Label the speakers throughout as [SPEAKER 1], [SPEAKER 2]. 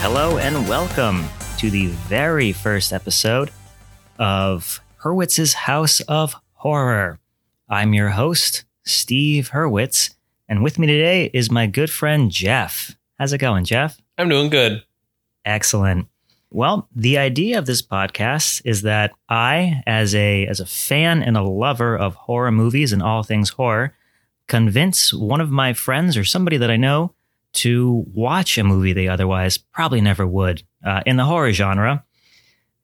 [SPEAKER 1] and welcome to the very first episode of Hurwitz's House of Horror. I'm your host, Steve Hurwitz, and with me today is my good friend Jeff. How's it going, Jeff?
[SPEAKER 2] I'm doing good.
[SPEAKER 1] Excellent. Well, the idea of this podcast is that I, as a as a fan and a lover of horror movies and all things horror, convince one of my friends or somebody that I know to watch a movie they otherwise probably never would uh, in the horror genre,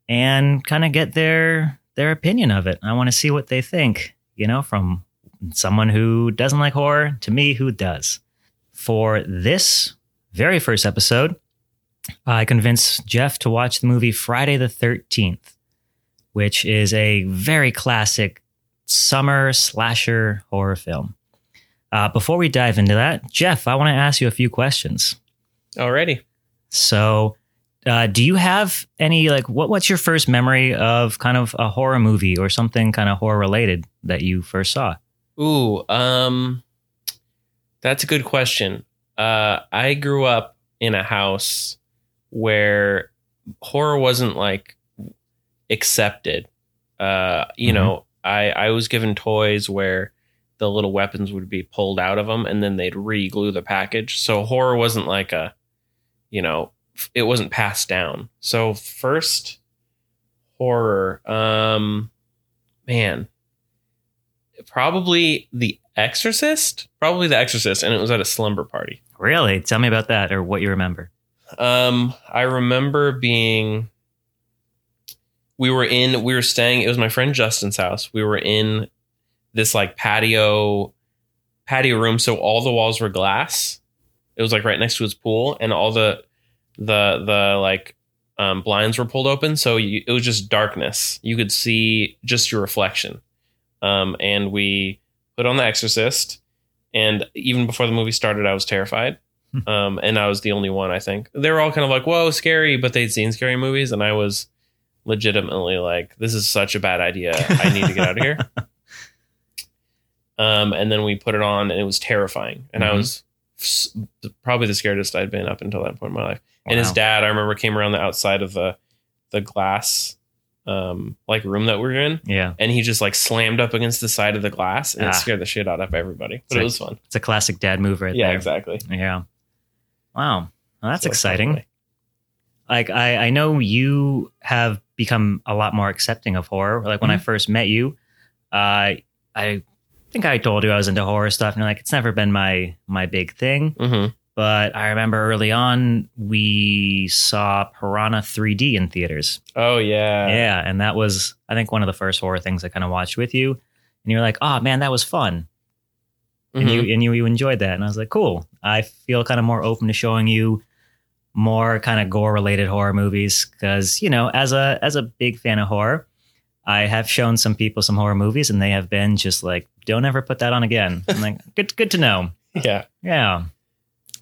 [SPEAKER 1] and kind of get their their opinion of it. I want to see what they think. You know, from someone who doesn't like horror to me who does. For this very first episode, I convinced Jeff to watch the movie Friday the 13th, which is a very classic summer slasher horror film. Uh, before we dive into that, Jeff, I want to ask you a few questions.
[SPEAKER 2] Already.
[SPEAKER 1] So, uh, do you have any like what? What's your first memory of kind of a horror movie or something kind of horror related that you first saw?
[SPEAKER 2] Ooh, um that's a good question. Uh I grew up in a house where horror wasn't like accepted. Uh you
[SPEAKER 1] Mhm.
[SPEAKER 2] know, I I was given toys where the little weapons would be pulled out of them and then they'd re-glue the package. So horror wasn't like a you know, f- it wasn't passed down. So first horror um man probably the exorcist probably the exorcist and it was at a slumber party
[SPEAKER 1] Really? Tell me about that or what you remember.
[SPEAKER 2] um i remember being we were in we were staying it was my friend justin's house we were in this like patio patio room so all the walls were glass it was like right next to his pool and all the the the like um, blinds were pulled open so you, it was just darkness you could see just your reflection um, and we put on the exorcist and even before the movie started i was terrified um, and i was the only one i think they were all kind of like whoa scary but they'd seen scary movies and i was legitimately like this is such a bad idea i need to get out of here um, and then we put it on and it was terrifying and i
[SPEAKER 1] Mhm.
[SPEAKER 2] was s- probably the scariest i'd been up until that point in my life and his
[SPEAKER 1] Wow.
[SPEAKER 2] dad i remember came around the outside of the the glass um like room that we were in
[SPEAKER 1] Yeah,
[SPEAKER 2] and he just like slammed up against the side of the glass and
[SPEAKER 1] Ah.
[SPEAKER 2] it scared the shit out of everybody but
[SPEAKER 1] Sick.
[SPEAKER 2] it was fun
[SPEAKER 1] it's a classic dad move right
[SPEAKER 2] yeah
[SPEAKER 1] there.
[SPEAKER 2] exactly
[SPEAKER 1] Yeah. Wow. Well, that's
[SPEAKER 2] So,
[SPEAKER 1] exciting.
[SPEAKER 2] definitely.
[SPEAKER 1] like I, I know you have become a lot more accepting of horror. Like when I first met you, uh, I think I told you I was into horror stuff, and you're like it's never been my my big thing.
[SPEAKER 2] Mhm.
[SPEAKER 1] But I remember early on we saw Piranha 3D in theaters.
[SPEAKER 2] oh yeah
[SPEAKER 1] yeah, and that was I think one of the first horror things I kind of watched with you, and you were like, oh man, that was fun
[SPEAKER 2] Mhm.
[SPEAKER 1] and you and you, you enjoyed that and i was like cool i feel kind of more open to showing you more kind of gore related horror movies because you know as a as a big fan of horror i have shown some people some horror movies and they have been just like don't ever put that on again i'm like good good to know
[SPEAKER 2] yeah
[SPEAKER 1] yeah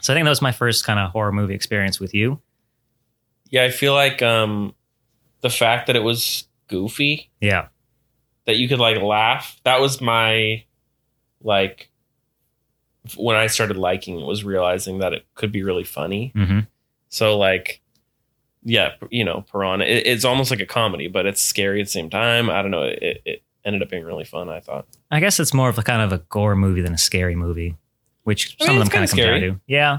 [SPEAKER 1] so i think that was my first kind of horror movie experience with you
[SPEAKER 2] yeah i feel like um the fact that it was goofy
[SPEAKER 1] yeah
[SPEAKER 2] that you could like laugh that was my like when i started liking it was realizing that it could be really funny
[SPEAKER 1] mm-hmm.
[SPEAKER 2] So like, yeah, you know, Piranha. It, it's almost like a comedy, but it's scary at the same time. I don't know. It, it ended up being really fun. I thought.
[SPEAKER 1] i guess it's more of a kind of a gore movie than a scary movie which
[SPEAKER 2] I
[SPEAKER 1] some
[SPEAKER 2] mean,
[SPEAKER 1] of them
[SPEAKER 2] Eh, it's
[SPEAKER 1] kind of come
[SPEAKER 2] kinda
[SPEAKER 1] down to yeah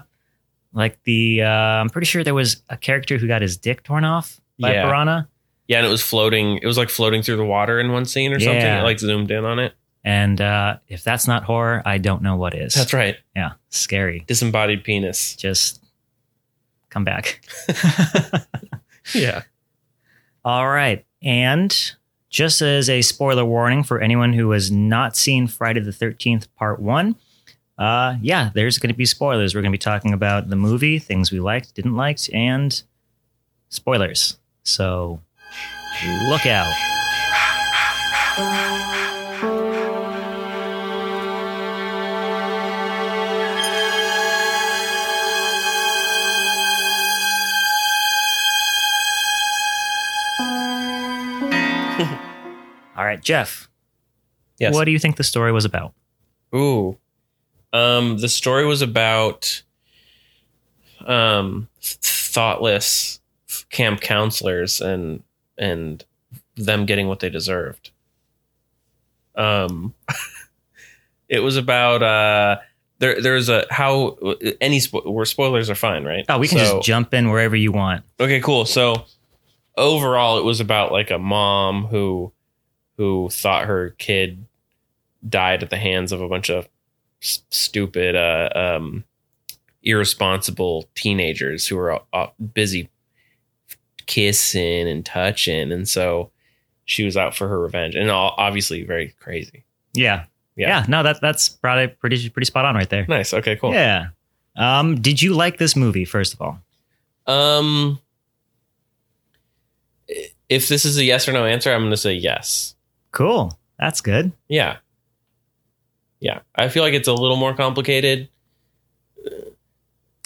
[SPEAKER 1] like the uh, i'm pretty sure there was a character who got his dick torn off by
[SPEAKER 2] Yeah.
[SPEAKER 1] Piranha.
[SPEAKER 2] Yeah, and it was floating. It was like floating through the water in one scene or something.
[SPEAKER 1] Yeah.
[SPEAKER 2] It like zoomed in on it.
[SPEAKER 1] And uh, if that's not horror, I don't know what is.
[SPEAKER 2] That's right.
[SPEAKER 1] Yeah, scary.
[SPEAKER 2] Disembodied penis.
[SPEAKER 1] Just come back.
[SPEAKER 2] Yeah.
[SPEAKER 1] All right. And just as a spoiler warning for anyone who has not seen Friday the 13th, part one, uh, yeah, there's going to be spoilers. We're going to be talking about the movie, things we liked, didn't liked, and spoilers. So look out. All right, Jeff,
[SPEAKER 2] Yes.
[SPEAKER 1] what do you think the story was about?
[SPEAKER 2] Ooh. Um, the story was about um thoughtless camp counselors and and them getting what they deserved. Um, it was about uh, there. There's a how any spo- where spoilers are fine, right?
[SPEAKER 1] Oh, we can
[SPEAKER 2] So-
[SPEAKER 1] just jump in wherever you want.
[SPEAKER 2] Okay, cool. So overall, it was about like a mom who who thought her kid died at the hands of a bunch of s- stupid, uh, um, irresponsible teenagers who were all, all busy kissing and touching, and so she was out for her revenge, and all, obviously very crazy.
[SPEAKER 1] Yeah.
[SPEAKER 2] Yeah.
[SPEAKER 1] Yeah. No, that that's probably pretty pretty spot on right there.
[SPEAKER 2] Nice. Okay. Cool.
[SPEAKER 1] Yeah. Um, did you like this movie, first of all?
[SPEAKER 2] Um, i- if this is a yes or no answer, I'm going to say yes.
[SPEAKER 1] Cool. That's good.
[SPEAKER 2] Yeah. Yeah. I feel like it's a little more complicated.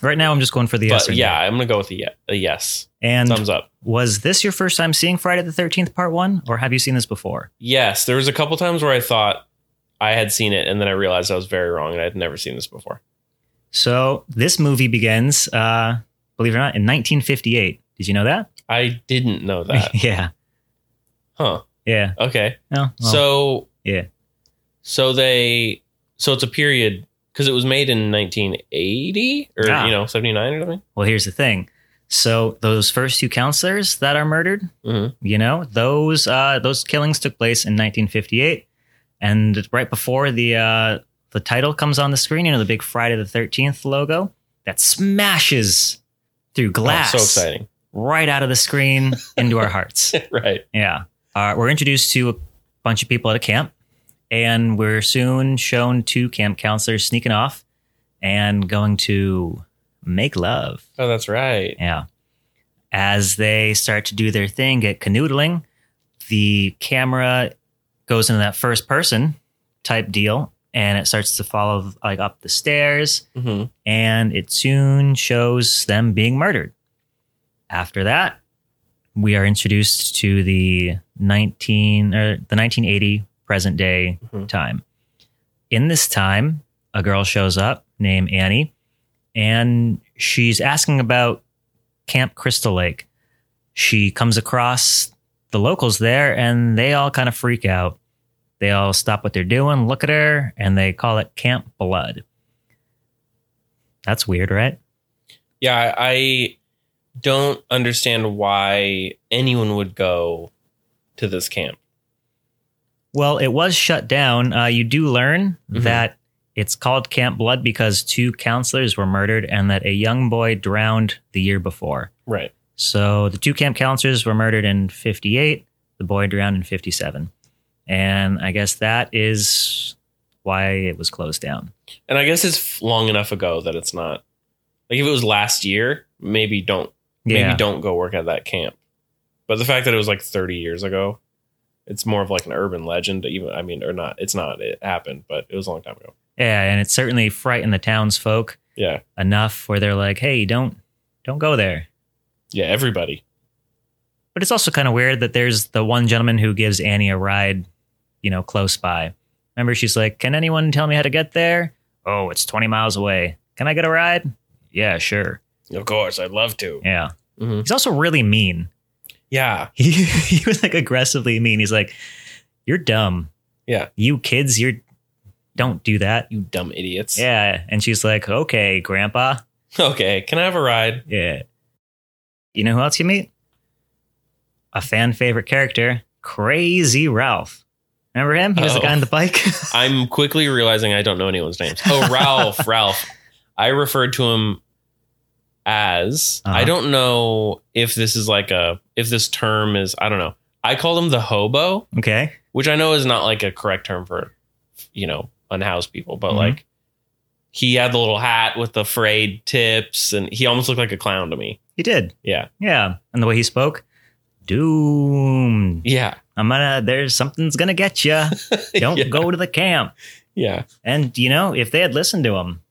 [SPEAKER 1] Right now I'm just going for the yes or
[SPEAKER 2] but
[SPEAKER 1] no.
[SPEAKER 2] yeah, I'm going to go with a, ye- a yes.
[SPEAKER 1] And
[SPEAKER 2] Thumbs up.
[SPEAKER 1] was this your first time seeing Friday the thirteenth part one, or have you seen this before?
[SPEAKER 2] Yes. There was a couple times where I thought I had seen it and then I realized I was very wrong and I'd never seen this before.
[SPEAKER 1] So this movie begins, uh, believe it or not, in nineteen fifty eight. Did you know that?
[SPEAKER 2] I didn't know that.
[SPEAKER 1] yeah.
[SPEAKER 2] huh.
[SPEAKER 1] Yeah.
[SPEAKER 2] Okay.
[SPEAKER 1] No, well,
[SPEAKER 2] so,
[SPEAKER 1] yeah.
[SPEAKER 2] So they, so it's a period because it was made in 1980 or,
[SPEAKER 1] Ah.
[SPEAKER 2] you know, 79 or something. Oh,
[SPEAKER 1] well, here's the thing. So those first two counselors that are murdered,
[SPEAKER 2] Mhm.
[SPEAKER 1] you know, those uh, those killings took place in 1958, and right before the uh, the title comes on the screen, you know, the big Friday the 13th logo that smashes through glass,
[SPEAKER 2] Oh, so exciting.
[SPEAKER 1] right out of the screen into our hearts.
[SPEAKER 2] right.
[SPEAKER 1] Yeah. Uh, we're introduced to a bunch of people at a camp, and we're soon shown two camp counselors sneaking off and going to make love.
[SPEAKER 2] Oh, that's right.
[SPEAKER 1] Yeah. As they start to do their thing, get canoodling, the camera goes into that first person type deal and it starts to follow like up the stairs
[SPEAKER 2] hmm
[SPEAKER 1] and it soon shows them being murdered. After that, we are introduced to the 19 or the 1980 present day
[SPEAKER 2] Mhm.
[SPEAKER 1] time. In this time, a girl shows up named Annie and she's asking about Camp Crystal Lake. She comes across the locals there and they all kind of freak out. They all stop what they're doing, look at her, and they call it Camp Blood. That's weird, right?
[SPEAKER 2] Yeah, I I don't understand why anyone would go to this camp.
[SPEAKER 1] Well, it was shut down. Uh, you do learn
[SPEAKER 2] Mhm.
[SPEAKER 1] that it's called Camp Blood because two counselors were murdered and that a young boy drowned the year before.
[SPEAKER 2] Right.
[SPEAKER 1] So the two camp counselors were murdered in 58, the boy drowned in 57. And I guess that is why it was closed down.
[SPEAKER 2] And I guess it's f- long enough ago that it's not like if it was last year, maybe don't maybe don't go work at that camp. But the fact that it was like 30 years ago, it's more of like an urban legend even I mean or not, it's not it happened, but it was a long time ago.
[SPEAKER 1] Yeah, and it certainly frightened the townsfolk
[SPEAKER 2] Yeah.
[SPEAKER 1] enough where they're like, "Hey, don't don't go there."
[SPEAKER 2] Yeah, everybody.
[SPEAKER 1] But it's also kind of weird that there's the one gentleman who gives Annie a ride, you know, close by. Remember, she's like, Can anyone tell me how to get there? Oh, it's 20 miles away. Can I get a ride? Yeah, sure.
[SPEAKER 2] Of course, I'd love to.
[SPEAKER 1] Yeah.
[SPEAKER 2] Mhm.
[SPEAKER 1] He's also really mean.
[SPEAKER 2] Yeah.
[SPEAKER 1] He, he was like aggressively mean. He's like, You're dumb.
[SPEAKER 2] Yeah.
[SPEAKER 1] You kids, you're don't do that.
[SPEAKER 2] You dumb idiots.
[SPEAKER 1] Yeah. And she's like, Okay, grandpa.
[SPEAKER 2] Okay, can I have a ride?
[SPEAKER 1] Yeah. You know who else you meet? A fan favorite character, Crazy Ralph. Remember him? He was the
[SPEAKER 2] Oh.
[SPEAKER 1] guy on the bike.
[SPEAKER 2] I'm quickly realizing I don't know anyone's names. Oh, Ralph, Ralph. I referred to him as
[SPEAKER 1] Uh-huh.
[SPEAKER 2] I don't know if this is like a if this term is I don't know. I called him the hobo,
[SPEAKER 1] okay.
[SPEAKER 2] which I know is not like a correct term for you know unhoused people, but
[SPEAKER 1] Mhm.
[SPEAKER 2] like he had the little hat with the frayed tips, and he almost looked like a clown to me.
[SPEAKER 1] He did.
[SPEAKER 2] Yeah,
[SPEAKER 1] Yeah. And the way he spoke, doomed.
[SPEAKER 2] yeah,
[SPEAKER 1] I'm gonna, there's something's gonna get you. Don't
[SPEAKER 2] Yeah.
[SPEAKER 1] go to the camp.
[SPEAKER 2] yeah.
[SPEAKER 1] And, you know, if they had listened to him,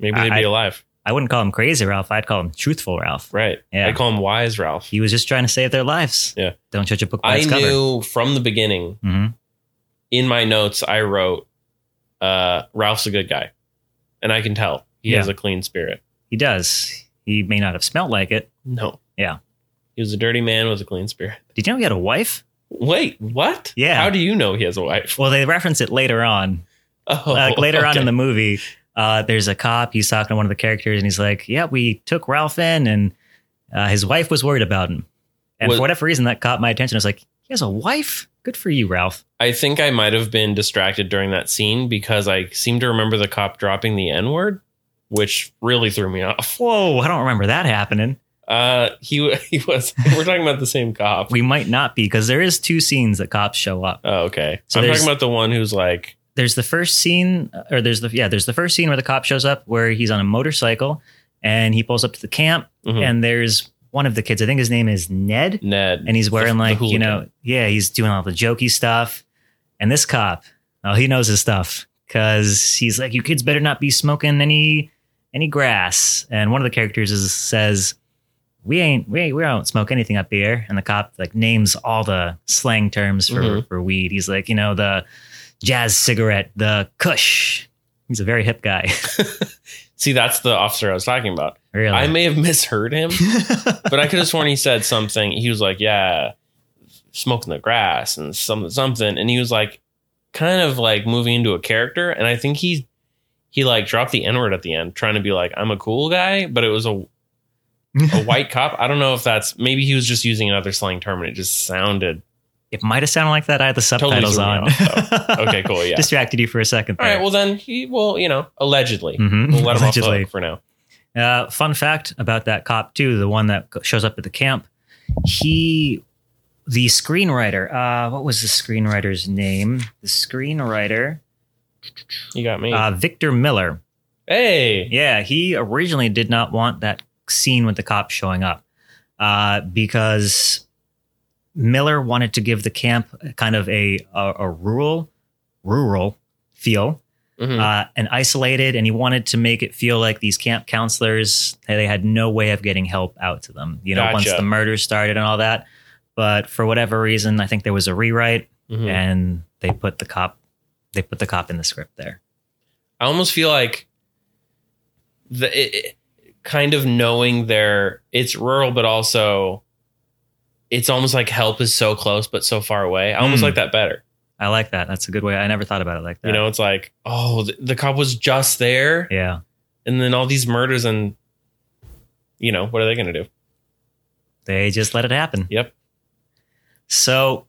[SPEAKER 2] Maybe they'd be
[SPEAKER 1] I-
[SPEAKER 2] alive,
[SPEAKER 1] I wouldn't call him Crazy Ralph. I'd call him Truthful Ralph.
[SPEAKER 2] right?
[SPEAKER 1] Yeah.
[SPEAKER 2] I call him Wise Ralph.
[SPEAKER 1] He was just trying to save their lives.
[SPEAKER 2] Yeah.
[SPEAKER 1] Don't judge a book by
[SPEAKER 2] I
[SPEAKER 1] its cover.
[SPEAKER 2] knew from the beginning
[SPEAKER 1] hmm
[SPEAKER 2] in my notes I wrote uh Ralph's a good guy. And I can tell he
[SPEAKER 1] Yeah.
[SPEAKER 2] has a clean spirit.
[SPEAKER 1] He does. He may not have smelled like it.
[SPEAKER 2] No.
[SPEAKER 1] Yeah.
[SPEAKER 2] He was a dirty man with a clean spirit.
[SPEAKER 1] Did you know he had a wife?
[SPEAKER 2] Wait, what?
[SPEAKER 1] Yeah.
[SPEAKER 2] How do you know he has a wife?
[SPEAKER 1] Well, they reference it later on.
[SPEAKER 2] Oh,
[SPEAKER 1] like later on
[SPEAKER 2] okay.
[SPEAKER 1] in the movie, uh, there's a cop. He's talking to one of the characters, and he's like, "Yeah, we took Ralph in, and uh, his wife was worried about him." And
[SPEAKER 2] Was-
[SPEAKER 1] for whatever reason, that caught my attention. I was like, "He has a wife. Good for you, Ralph."
[SPEAKER 2] I think I might have been distracted during that scene because I seem to remember the cop dropping the N word, which really threw me off.
[SPEAKER 1] Whoa, I don't remember that happening.
[SPEAKER 2] Uh, he he was. We're talking about the same cop.
[SPEAKER 1] We might not be because there is two scenes that cops show up.
[SPEAKER 2] Oh, okay.
[SPEAKER 1] So
[SPEAKER 2] I'm
[SPEAKER 1] there's-
[SPEAKER 2] talking about the one who's like,
[SPEAKER 1] There's the first scene, or there's the yeah, there's the first scene where the cop shows up where he's on a motorcycle and he pulls up to the camp,
[SPEAKER 2] mhm,
[SPEAKER 1] and there's one of the kids. I think his name is Ned.
[SPEAKER 2] Ned.
[SPEAKER 1] and he's wearing
[SPEAKER 2] the
[SPEAKER 1] like you
[SPEAKER 2] hooligan.
[SPEAKER 1] know yeah he's doing all the jokey stuff and this cop oh he knows his stuff because he's like you kids better not be smoking any any grass and one of the characters is, says we ain't we ain't, we don't smoke anything up here and the cop like names all the slang terms for
[SPEAKER 2] Mhm.
[SPEAKER 1] for weed he's like you know the jazz cigarette the kush he's a very hip guy
[SPEAKER 2] See, that's the officer I was talking about.
[SPEAKER 1] really
[SPEAKER 2] I may have misheard him, but I could have sworn he said something. He was like, "Yeah, smoking the grass and something, something," and he was like, kind of like moving into a character. And I think he he like dropped the N word at the end, trying to be like, "I'm a cool guy," but it was a a white cop. I don't know if that's maybe he was just using another slang term, and it just sounded
[SPEAKER 1] it might have sounded like that i had the
[SPEAKER 2] Totally
[SPEAKER 1] subtitles
[SPEAKER 2] threw me
[SPEAKER 1] on
[SPEAKER 2] off, okay. Cool, yeah.
[SPEAKER 1] distracted you for a second
[SPEAKER 2] All
[SPEAKER 1] there.
[SPEAKER 2] right, well then he well you know allegedly
[SPEAKER 1] Mhm.
[SPEAKER 2] we'll let him off the
[SPEAKER 1] Allegedly.
[SPEAKER 2] hook for now.
[SPEAKER 1] Uh, fun fact about that cop too, the one that shows up at the camp. He, the screenwriter. Uh, what was the screenwriter's name? The screenwriter,
[SPEAKER 2] You got me.
[SPEAKER 1] uh, Victor Miller.
[SPEAKER 2] hey,
[SPEAKER 1] Yeah, he originally did not want that scene with the cop showing up uh, because Miller wanted to give the camp kind of a a, a rural, rural feel.
[SPEAKER 2] Mhm.
[SPEAKER 1] uh, and isolated. And he wanted to make it feel like these camp counselors they had no way of getting help out to them. You know, once
[SPEAKER 2] Gotcha.
[SPEAKER 1] the murder started and all that. But for whatever reason, I think there was a rewrite,
[SPEAKER 2] Mhm.
[SPEAKER 1] and they put the cop they put the cop in the script there.
[SPEAKER 2] I almost feel like the it, it- kind of knowing their it's rural, but also it's almost like help is so close but so far away. I almost
[SPEAKER 1] Mm.
[SPEAKER 2] like that better.
[SPEAKER 1] I like that. That's a good way. I never thought about it like that.
[SPEAKER 2] You know, it's like oh, the, the cop was just there,
[SPEAKER 1] Yeah,
[SPEAKER 2] and then all these murders, and you know what are they going to do?
[SPEAKER 1] they just let it happen.
[SPEAKER 2] Yep.
[SPEAKER 1] So,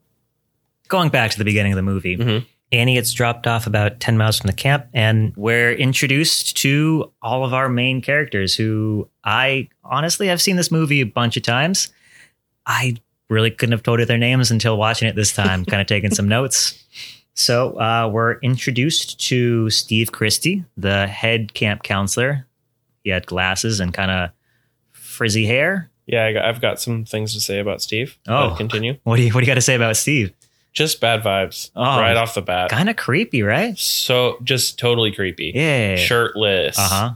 [SPEAKER 1] going back to the beginning of the movie,
[SPEAKER 2] Mhm.
[SPEAKER 1] Annie gets dropped off about 10 miles from the camp, and we're introduced to all of our main characters who I honestly I've seen this movie a bunch of times. I really couldn't have told you their names until watching it this time, kind of taking some notes. So, uh, we're introduced to Steve Christie, the head camp counselor. He had glasses and kind of frizzy hair.
[SPEAKER 2] Yeah, I got, I've got some things to say about Steve.
[SPEAKER 1] Oh.
[SPEAKER 2] but continue.
[SPEAKER 1] What do you what do you got to say about Steve?
[SPEAKER 2] Just bad vibes
[SPEAKER 1] Oh.
[SPEAKER 2] right off the bat.
[SPEAKER 1] Kind of creepy, right?
[SPEAKER 2] So just totally creepy.
[SPEAKER 1] Yeah.
[SPEAKER 2] Shirtless.
[SPEAKER 1] Uh huh.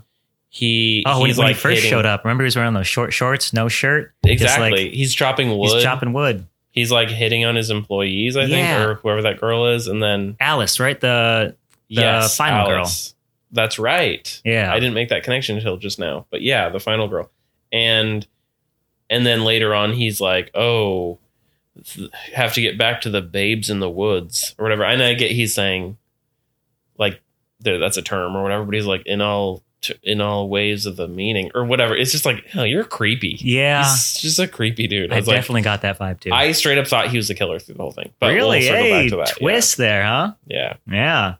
[SPEAKER 2] He.
[SPEAKER 1] Oh, when,
[SPEAKER 2] he's
[SPEAKER 1] when
[SPEAKER 2] like
[SPEAKER 1] he first
[SPEAKER 2] hitting-
[SPEAKER 1] showed up, remember he was wearing those short shorts, no shirt. Just
[SPEAKER 2] Exactly.
[SPEAKER 1] like-
[SPEAKER 2] he's chopping wood.
[SPEAKER 1] He's chopping wood.
[SPEAKER 2] He's like hitting on his employees, I think,
[SPEAKER 1] Yeah.
[SPEAKER 2] or whoever that girl is, and then
[SPEAKER 1] Alice, right? The
[SPEAKER 2] yes,
[SPEAKER 1] final girl.
[SPEAKER 2] girl. That's right.
[SPEAKER 1] yeah,
[SPEAKER 2] I didn't make that connection until just now, but yeah, the final girl, and and then later on, he's like, oh, have to get back to the babes in the woods or whatever. And I get he's saying, like, there, that's a term or whatever, but he's like in all t- in all ways of the meaning or whatever. It's just like, oh, you're creepy.
[SPEAKER 1] yeah.
[SPEAKER 2] He's just a creepy dude. I
[SPEAKER 1] I
[SPEAKER 2] was like,
[SPEAKER 1] definitely got that vibe too.
[SPEAKER 2] I straight up thought he was the killer through the whole thing. But
[SPEAKER 1] really,
[SPEAKER 2] we'll circle
[SPEAKER 1] hey,
[SPEAKER 2] back to that.
[SPEAKER 1] twist there, huh?
[SPEAKER 2] Yeah.
[SPEAKER 1] Yeah.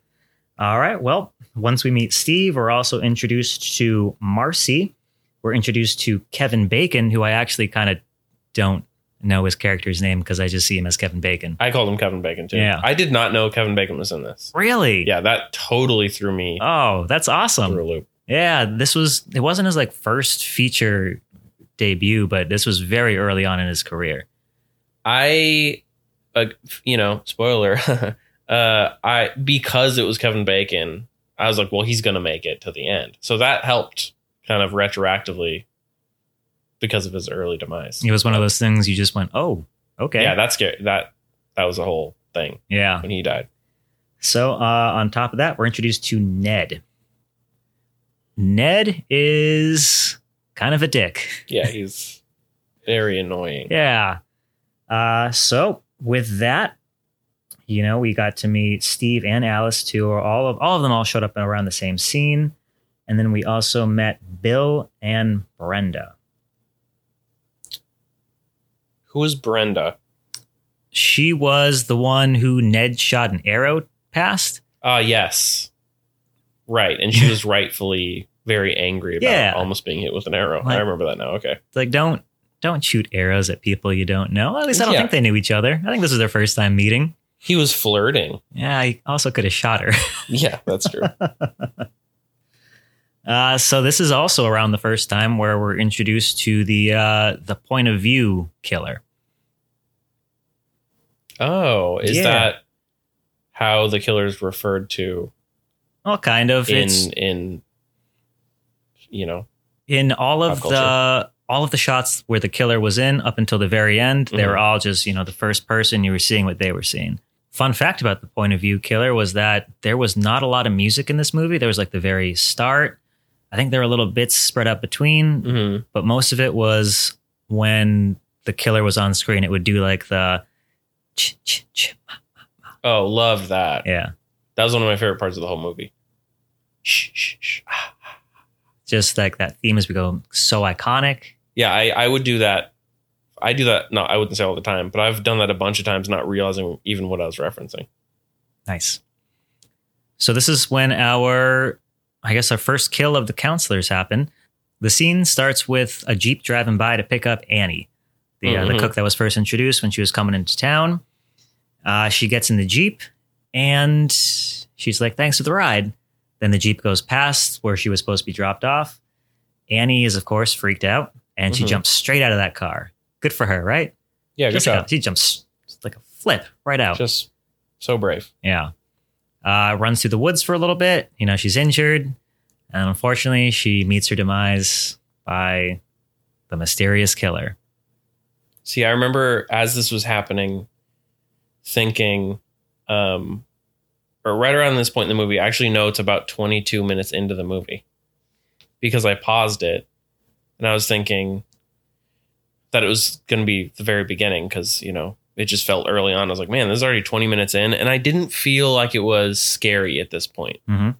[SPEAKER 1] All right. Well, once we meet Steve, we're also introduced to Marcy. We're introduced to Kevin Bacon, who I actually kind of don't know his character's name because I just see him as Kevin Bacon.
[SPEAKER 2] I called him Kevin Bacon too.
[SPEAKER 1] Yeah.
[SPEAKER 2] I did not know Kevin Bacon was in this.
[SPEAKER 1] Really?
[SPEAKER 2] Yeah, that totally threw me
[SPEAKER 1] Oh, that's awesome.
[SPEAKER 2] through a loop.
[SPEAKER 1] Yeah, this was it wasn't his like first feature debut, but this was very early on in his career.
[SPEAKER 2] I uh, you know, spoiler. uh I because it was Kevin Bacon, I was like, well, he's going to make it to the end. So that helped kind of retroactively because of his early demise.
[SPEAKER 1] It was one of those things you just went, "Oh, okay."
[SPEAKER 2] Yeah, that's scary. That that was the whole thing
[SPEAKER 1] yeah.
[SPEAKER 2] when he died.
[SPEAKER 1] So, uh, on top of that, we're introduced to Ned. Ned is kind of a dick.
[SPEAKER 2] Yeah, he's very annoying.
[SPEAKER 1] Yeah. Uh, so with that, you know, we got to meet Steve and Alice too, or all of all of them all showed up around the same scene. And then we also met Bill and Brenda.
[SPEAKER 2] Who is Brenda?
[SPEAKER 1] She was the one who Ned shot an arrow past.
[SPEAKER 2] Ah, yes. Right. And she was rightfully very angry about
[SPEAKER 1] Yeah.
[SPEAKER 2] almost being hit with an arrow.
[SPEAKER 1] Like-
[SPEAKER 2] I remember that now. Okay.
[SPEAKER 1] It's like don't don't shoot arrows at people you don't know. At least I don't
[SPEAKER 2] Yeah.
[SPEAKER 1] think they knew each other. I think this was their first time meeting.
[SPEAKER 2] He was flirting.
[SPEAKER 1] Yeah, I also could have shot her.
[SPEAKER 2] Yeah, that's true.
[SPEAKER 1] Uh, so this is also around the first time where we're introduced to the uh, the point of view killer.
[SPEAKER 2] oh, is
[SPEAKER 1] Yeah.
[SPEAKER 2] that how the killer's referred to
[SPEAKER 1] Well, kind of.
[SPEAKER 2] in
[SPEAKER 1] it's
[SPEAKER 2] in you know?
[SPEAKER 1] in all of
[SPEAKER 2] Pop
[SPEAKER 1] the all of the shots where the killer was in up until the very end. They
[SPEAKER 2] Mhm.
[SPEAKER 1] were all just you know the first person you were seeing what they were seeing. Fun fact about the point of view killer was that there was not a lot of music in this movie. There was like the very start. I think there were little bits spread out between,
[SPEAKER 2] hmm
[SPEAKER 1] but most of it was when the killer was on screen. It would do like the ch ch ch.
[SPEAKER 2] Oh, love that.
[SPEAKER 1] Yeah.
[SPEAKER 2] That was one of my favorite parts of the whole movie. Shh, shh, shh. Ah.
[SPEAKER 1] just like that theme has become so iconic.
[SPEAKER 2] Yeah, I, I would do that. I do that. No, I wouldn't say all the time, but I've done that a bunch of times, not realizing even what I was referencing.
[SPEAKER 1] Nice. So this is when our, I guess, our first kill of the counselors happen. The scene starts with a jeep driving by to pick up Annie, the uh, the
[SPEAKER 2] Mhm.
[SPEAKER 1] cook that was first introduced when she was coming into town. Uh, she gets in the jeep and she's like, "Thanks for the ride." Then the jeep goes past where she was supposed to be dropped off. Annie is, of course, freaked out, and she
[SPEAKER 2] Mhm.
[SPEAKER 1] jumps straight out of that car. Good for her, right?
[SPEAKER 2] Yeah, good
[SPEAKER 1] Just like a-
[SPEAKER 2] job.
[SPEAKER 1] she jumps like a flip right out.
[SPEAKER 2] Just so brave.
[SPEAKER 1] yeah. Uh, runs through the woods for a little bit. You know, she's injured. And unfortunately, she meets her demise by the mysterious killer.
[SPEAKER 2] See, I remember as this was happening, thinking, um, or right around this point in the movie, actually, no, it's about 22 minutes into the movie because I paused it and I was thinking that it was going to be the very beginning because, you know, it just felt early on. I was like, man, this is already 20 minutes in. And I didn't feel like it was scary at this point.
[SPEAKER 1] Mhm.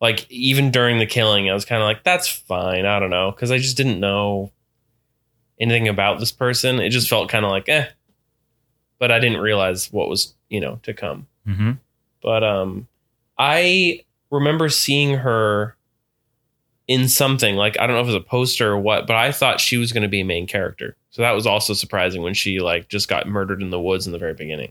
[SPEAKER 2] Like, even during the killing, I was kind of like, that's fine. I don't know. Because I just didn't know anything about this person. It just felt kind of like, eh. But I didn't realize what was, you know, to come
[SPEAKER 1] Mm-hmm.
[SPEAKER 2] but um i remember seeing her in something like i don't know if it was a poster or what but i thought she was going to be a main character so that was also surprising when she like just got murdered in the woods in the very beginning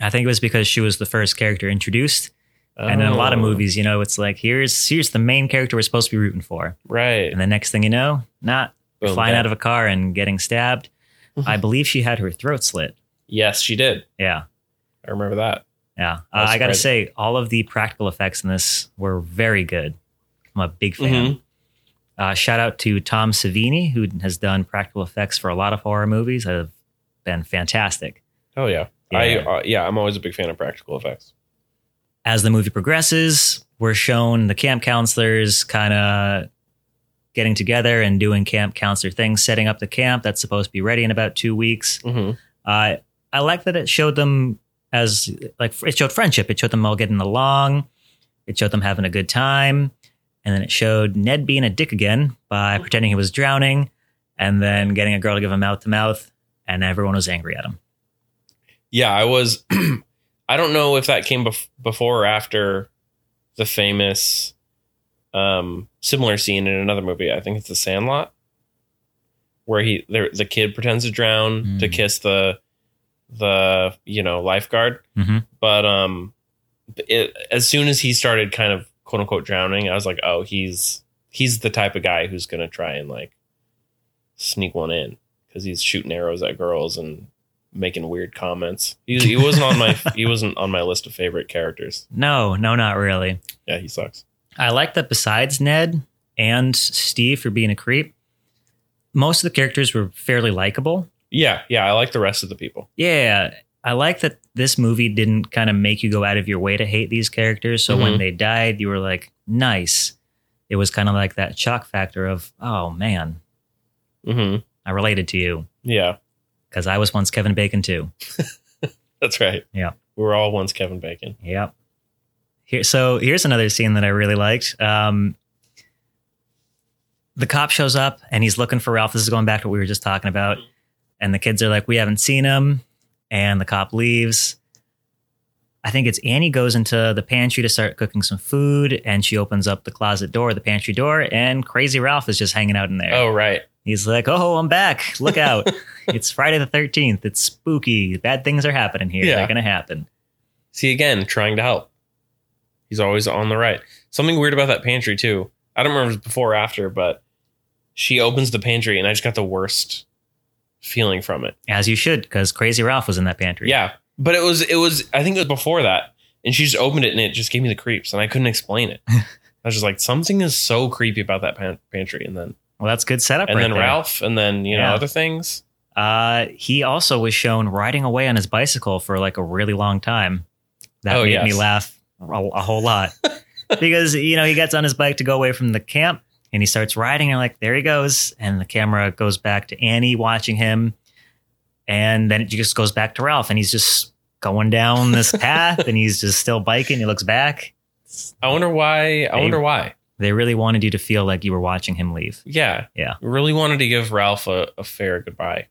[SPEAKER 1] I think it was because she was the first character introduced. And in a lot of
[SPEAKER 2] Oh,
[SPEAKER 1] movies, you know, it's like, here's here's the main character we're supposed to be rooting for.
[SPEAKER 2] Oh, right
[SPEAKER 1] And the next thing you know, not
[SPEAKER 2] Boom,
[SPEAKER 1] flying
[SPEAKER 2] bam.
[SPEAKER 1] out of a car and getting stabbed. I believe she had her throat slit.
[SPEAKER 2] yes she did
[SPEAKER 1] Yeah.
[SPEAKER 2] i remember that
[SPEAKER 1] Yeah, uh,
[SPEAKER 2] I was
[SPEAKER 1] I gotta
[SPEAKER 2] surprised.
[SPEAKER 1] say, all of the practical effects in this were very good. I'm a big fan. Uh, shout out to Tom Savini, who has done practical effects for a lot of horror movies that have been fantastic.
[SPEAKER 2] oh yeah, i uh, yeah i'm always a big fan of practical effects
[SPEAKER 1] As the movie progresses, we're shown the camp counselors kind of getting together and doing camp counselor things, setting up the camp that's supposed to be ready in about two weeks.
[SPEAKER 2] hmm
[SPEAKER 1] Uh, I like that it showed them as like it showed friendship. It showed them all getting along. It showed them having a good time, and then it showed Ned being a dick again by pretending he was drowning, and then getting a girl to give him mouth to mouth, and everyone was angry at him.
[SPEAKER 2] yeah i was i don't know if that came bef- before or after the famous um similar scene in another movie i think it's the sandlot where he there, the kid pretends to drown
[SPEAKER 1] Mm.
[SPEAKER 2] to kiss the the you know lifeguard
[SPEAKER 1] Mhm.
[SPEAKER 2] but um it, as soon as he started kind of quote unquote drowning i was like oh he's he's the type of guy who's gonna try and like sneak one in because he's shooting arrows at girls and making weird comments. He, he wasn't on my he wasn't on my list of favorite characters.
[SPEAKER 1] No, no, not really.
[SPEAKER 2] Yeah, he sucks.
[SPEAKER 1] I like that. Besides Ned and Steve for being a creep, most of the characters were fairly likable.
[SPEAKER 2] Yeah, yeah, I like the rest of the people.
[SPEAKER 1] Yeah, I like that this movie didn't kind of make you go out of your way to hate these characters. So when
[SPEAKER 2] Mhm.
[SPEAKER 1] they died, you were like, nice. It was kind of like that shock factor of, oh man,
[SPEAKER 2] hmm
[SPEAKER 1] I related to you
[SPEAKER 2] Yeah,
[SPEAKER 1] because I was once Kevin Bacon too.
[SPEAKER 2] that's right.
[SPEAKER 1] Yeah.
[SPEAKER 2] we were all once Kevin Bacon.
[SPEAKER 1] Yep. Here, so here's another scene that I really liked. Um, the cop shows up and he's looking for Ralph. This is going back to what we were just talking about. And the kids are like, "We haven't seen him." And the cop leaves. I think it's Annie goes into the pantry to start cooking some food, and she opens up the closet door, the pantry door, and Crazy Ralph is just hanging out in there.
[SPEAKER 2] Oh right,
[SPEAKER 1] He's like, "Oh, I'm back! Look out! it's Friday the Thirteenth. It's spooky. Bad things are happening here.
[SPEAKER 2] Yeah.
[SPEAKER 1] They're gonna happen."
[SPEAKER 2] see again, trying to help. He's always on the right. Something weird about that pantry too. I don't remember if it was before or after, but she opens the pantry and I just got the worst feeling from it.
[SPEAKER 1] As you should, because Crazy Ralph was in that pantry.
[SPEAKER 2] Yeah, but it was it was I think it was before that, and she just opened it and it just gave me the creeps, and I couldn't explain it. I was just like, something is so creepy about that pan- pantry, and then
[SPEAKER 1] Well, that's good setup.
[SPEAKER 2] and
[SPEAKER 1] right
[SPEAKER 2] then
[SPEAKER 1] there.
[SPEAKER 2] Ralph, and then you know
[SPEAKER 1] Yeah.
[SPEAKER 2] other things.
[SPEAKER 1] Uh, he also was shown riding away on his bicycle for like a really long time. That
[SPEAKER 2] Oh,
[SPEAKER 1] made me
[SPEAKER 2] yes.
[SPEAKER 1] laugh a, a whole lot because you know he gets on his bike to go away from the camp and he starts riding and like there he goes and the camera goes back to Annie watching him and then it just goes back to Ralph and he's just going down this path and he's just still biking. He looks back.
[SPEAKER 2] I wonder why. I
[SPEAKER 1] They-
[SPEAKER 2] wonder why.
[SPEAKER 1] They really wanted you to feel like you were watching him leave.
[SPEAKER 2] Yeah,
[SPEAKER 1] Yeah.
[SPEAKER 2] Really wanted to give Ralph a, a fair goodbye.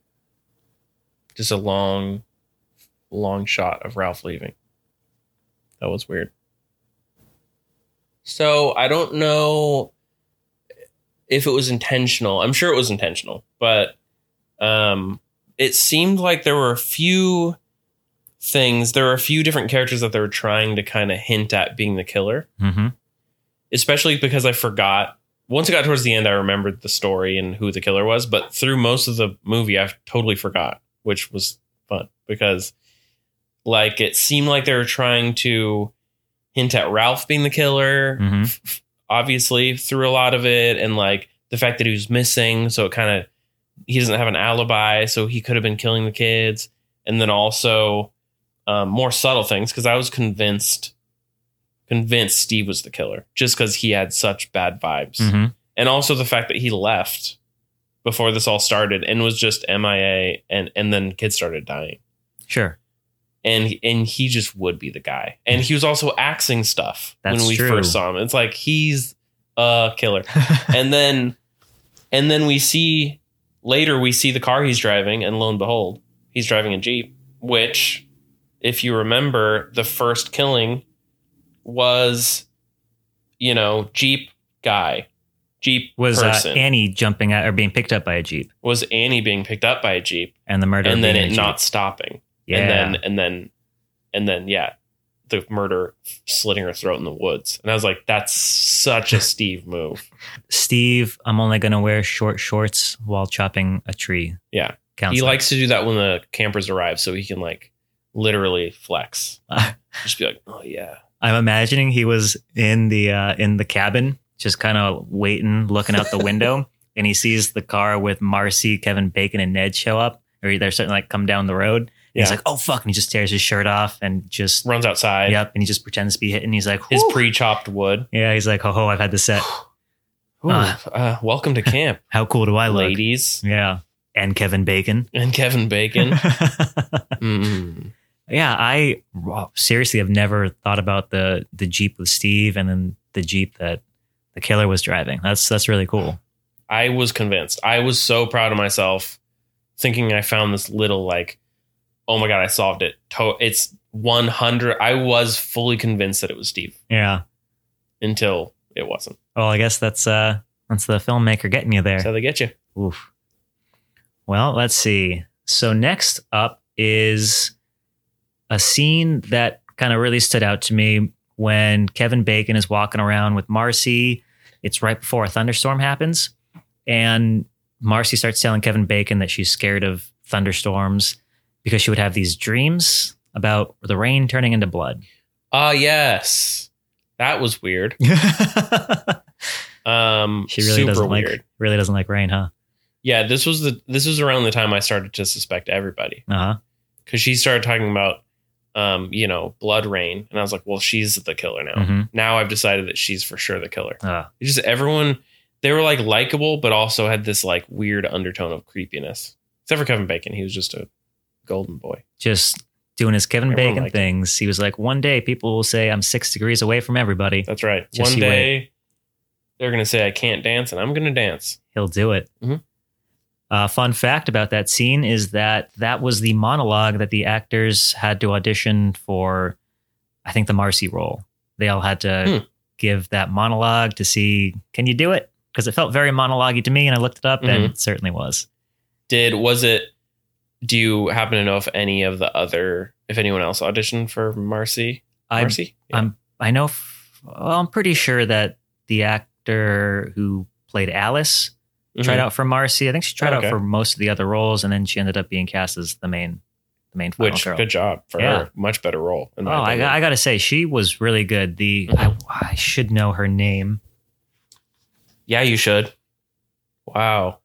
[SPEAKER 2] Just a long, long shot of Ralph leaving. That was weird. So I don't know if it was intentional. I'm sure it was intentional, but um, it seemed like there were a few things. There were a few different characters that they were trying to kind of hint at being the killer
[SPEAKER 1] hmm
[SPEAKER 2] especially because I forgot. Once it got towards the end, I remembered the story and who the killer was, but through most of the movie, I totally forgot, which was fun because, like, it seemed like they were trying to hint at Ralph being the killer,
[SPEAKER 1] Mhm.
[SPEAKER 2] f- f- obviously, through a lot of it, and like the fact that he was missing. So it kind of, he doesn't have an alibi, so he could have been killing the kids. And then also um, more subtle things because I was convinced convinced Steve was the killer just because he had such bad vibes.
[SPEAKER 1] hmm
[SPEAKER 2] And also the fact that he left before this all started and was just MIA and and then kids started dying.
[SPEAKER 1] Sure.
[SPEAKER 2] And and he just would be the guy. And he was also axing stuff
[SPEAKER 1] That's
[SPEAKER 2] when we
[SPEAKER 1] true.
[SPEAKER 2] first saw him. It's like he's a killer. and then and then we see later we see the car he's driving and lo and behold, he's driving a Jeep, which if you remember the first killing was you know, Jeep guy. Jeep
[SPEAKER 1] was uh,
[SPEAKER 2] person
[SPEAKER 1] Annie jumping out or being picked up by a jeep
[SPEAKER 2] was Annie being picked up by a Jeep
[SPEAKER 1] and the murder
[SPEAKER 2] and then
[SPEAKER 1] being a
[SPEAKER 2] it
[SPEAKER 1] Jeep.
[SPEAKER 2] not stopping.
[SPEAKER 1] yeah
[SPEAKER 2] And then and then and then yeah, the murder slitting her throat in the woods. And I was like, that's such a Steve move.
[SPEAKER 1] Steve I'm only gonna wear short shorts while chopping a tree
[SPEAKER 2] Yeah.
[SPEAKER 1] counts
[SPEAKER 2] He
[SPEAKER 1] that.
[SPEAKER 2] likes to do that when the campers arrive, so he can like literally flex. Just be like, oh yeah,
[SPEAKER 1] I'm imagining he was in the uh, in the cabin just kind of waiting looking out the window and he sees the car with Marcy Kevin Bacon and Ned show up or they're starting to like come down the road And
[SPEAKER 2] yeah.
[SPEAKER 1] he's like oh fuck and he just tears his shirt off and just
[SPEAKER 2] runs outside.
[SPEAKER 1] yep and he just pretends to be hit and he's like
[SPEAKER 2] His
[SPEAKER 1] "Whew."
[SPEAKER 2] pre-chopped wood.
[SPEAKER 1] yeah he's like ho ho I've had the set
[SPEAKER 2] Ooh,
[SPEAKER 1] Ah.
[SPEAKER 2] uh, welcome to camp,
[SPEAKER 1] how cool do I look
[SPEAKER 2] ladies
[SPEAKER 1] yeah and Kevin Bacon
[SPEAKER 2] and Kevin Bacon. Mm.
[SPEAKER 1] yeah, I wow, seriously have never thought about the the Jeep with Steve and then the Jeep that the killer was driving. That's that's really cool.
[SPEAKER 2] I was convinced. I was so proud of myself, thinking I found this little like, oh my god, I solved it. To- it's one hundred. I was fully convinced that it was Steve
[SPEAKER 1] Yeah.
[SPEAKER 2] until it wasn't.
[SPEAKER 1] Well, I guess that's uh that's the filmmaker getting you
[SPEAKER 2] That's
[SPEAKER 1] there.
[SPEAKER 2] how they get you.
[SPEAKER 1] Oof. Well, let's see. So next up is a scene that kind of really stood out to me when Kevin Bacon is walking around with Marcy. It's right before a thunderstorm happens, and Marcy starts telling Kevin Bacon that she's scared of thunderstorms because she would have these dreams about the rain turning into blood.
[SPEAKER 2] Ah, yes, that was weird.
[SPEAKER 1] she really
[SPEAKER 2] Um, super
[SPEAKER 1] doesn't
[SPEAKER 2] weird.
[SPEAKER 1] like really doesn't like rain, huh?
[SPEAKER 2] yeah, this was the this was around the time I started to suspect everybody
[SPEAKER 1] Uh huh.
[SPEAKER 2] because she started talking about, um, you know, blood rain, and I was like, well, she's the killer now.
[SPEAKER 1] hmm
[SPEAKER 2] Now I've decided that she's for sure the killer.
[SPEAKER 1] Ah.
[SPEAKER 2] It's just everyone they were like likable, but also had this like weird undertone of creepiness. Except for Kevin Bacon, he was just a golden boy.
[SPEAKER 1] Just doing his Kevin
[SPEAKER 2] Everyone
[SPEAKER 1] Bacon
[SPEAKER 2] liked it.
[SPEAKER 1] things. He was like, one day people will say I'm six degrees away from everybody.
[SPEAKER 2] That's right.
[SPEAKER 1] Just
[SPEAKER 2] One
[SPEAKER 1] you wait.
[SPEAKER 2] day they're gonna say I can't dance, and I'm gonna dance.
[SPEAKER 1] He'll do it.
[SPEAKER 2] Mhm.
[SPEAKER 1] Uh, fun fact about that scene is that that was the monologue that the actors had to audition for. I think the Marcy role. They all had to
[SPEAKER 2] Hmm.
[SPEAKER 1] give that monologue to see can you do it because it felt very monologue to me, and I looked it up, and
[SPEAKER 2] Mm-hmm.
[SPEAKER 1] it certainly was.
[SPEAKER 2] Did was it? Do you happen to know if any of the other, if anyone else auditioned for Marcy?
[SPEAKER 1] I
[SPEAKER 2] Marcy, Yeah.
[SPEAKER 1] I'm I know. F- well, I'm pretty sure that the actor who played Alice
[SPEAKER 2] Mhm.
[SPEAKER 1] tried out for Marcy. I think she tried
[SPEAKER 2] Oh, Okay.
[SPEAKER 1] out for most of the other roles, and then she ended up being cast as the main, the main final
[SPEAKER 2] Mm-hmm. Which
[SPEAKER 1] girl.
[SPEAKER 2] good job for
[SPEAKER 1] Yeah.
[SPEAKER 2] her. Much better role. in
[SPEAKER 1] oh,
[SPEAKER 2] my
[SPEAKER 1] I,
[SPEAKER 2] opinion.
[SPEAKER 1] I gotta say, she was really good. The I, I should know her name.
[SPEAKER 2] Yeah, you should. Wow.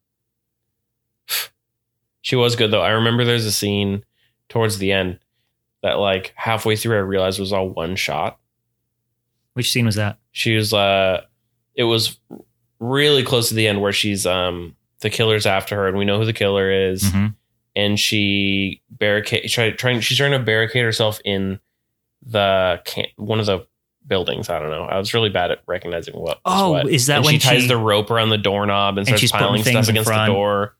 [SPEAKER 2] She was good though. I remember there's a scene towards the end that like halfway through I realized was all one shot.
[SPEAKER 1] Which scene was that?
[SPEAKER 2] She was uh it was really close to the end where she's um the killer's after her and we know who the killer is
[SPEAKER 1] Mhm.
[SPEAKER 2] and she barricade try, trying she's trying to barricade herself in the can, one of the buildings. I don't know. I was really bad at recognizing what. was
[SPEAKER 1] Oh,
[SPEAKER 2] what.
[SPEAKER 1] is that
[SPEAKER 2] and
[SPEAKER 1] when
[SPEAKER 2] she ties
[SPEAKER 1] she-
[SPEAKER 2] the rope around the doorknob and starts
[SPEAKER 1] she's putting
[SPEAKER 2] piling
[SPEAKER 1] things
[SPEAKER 2] stuff
[SPEAKER 1] in
[SPEAKER 2] against the
[SPEAKER 1] front.
[SPEAKER 2] door?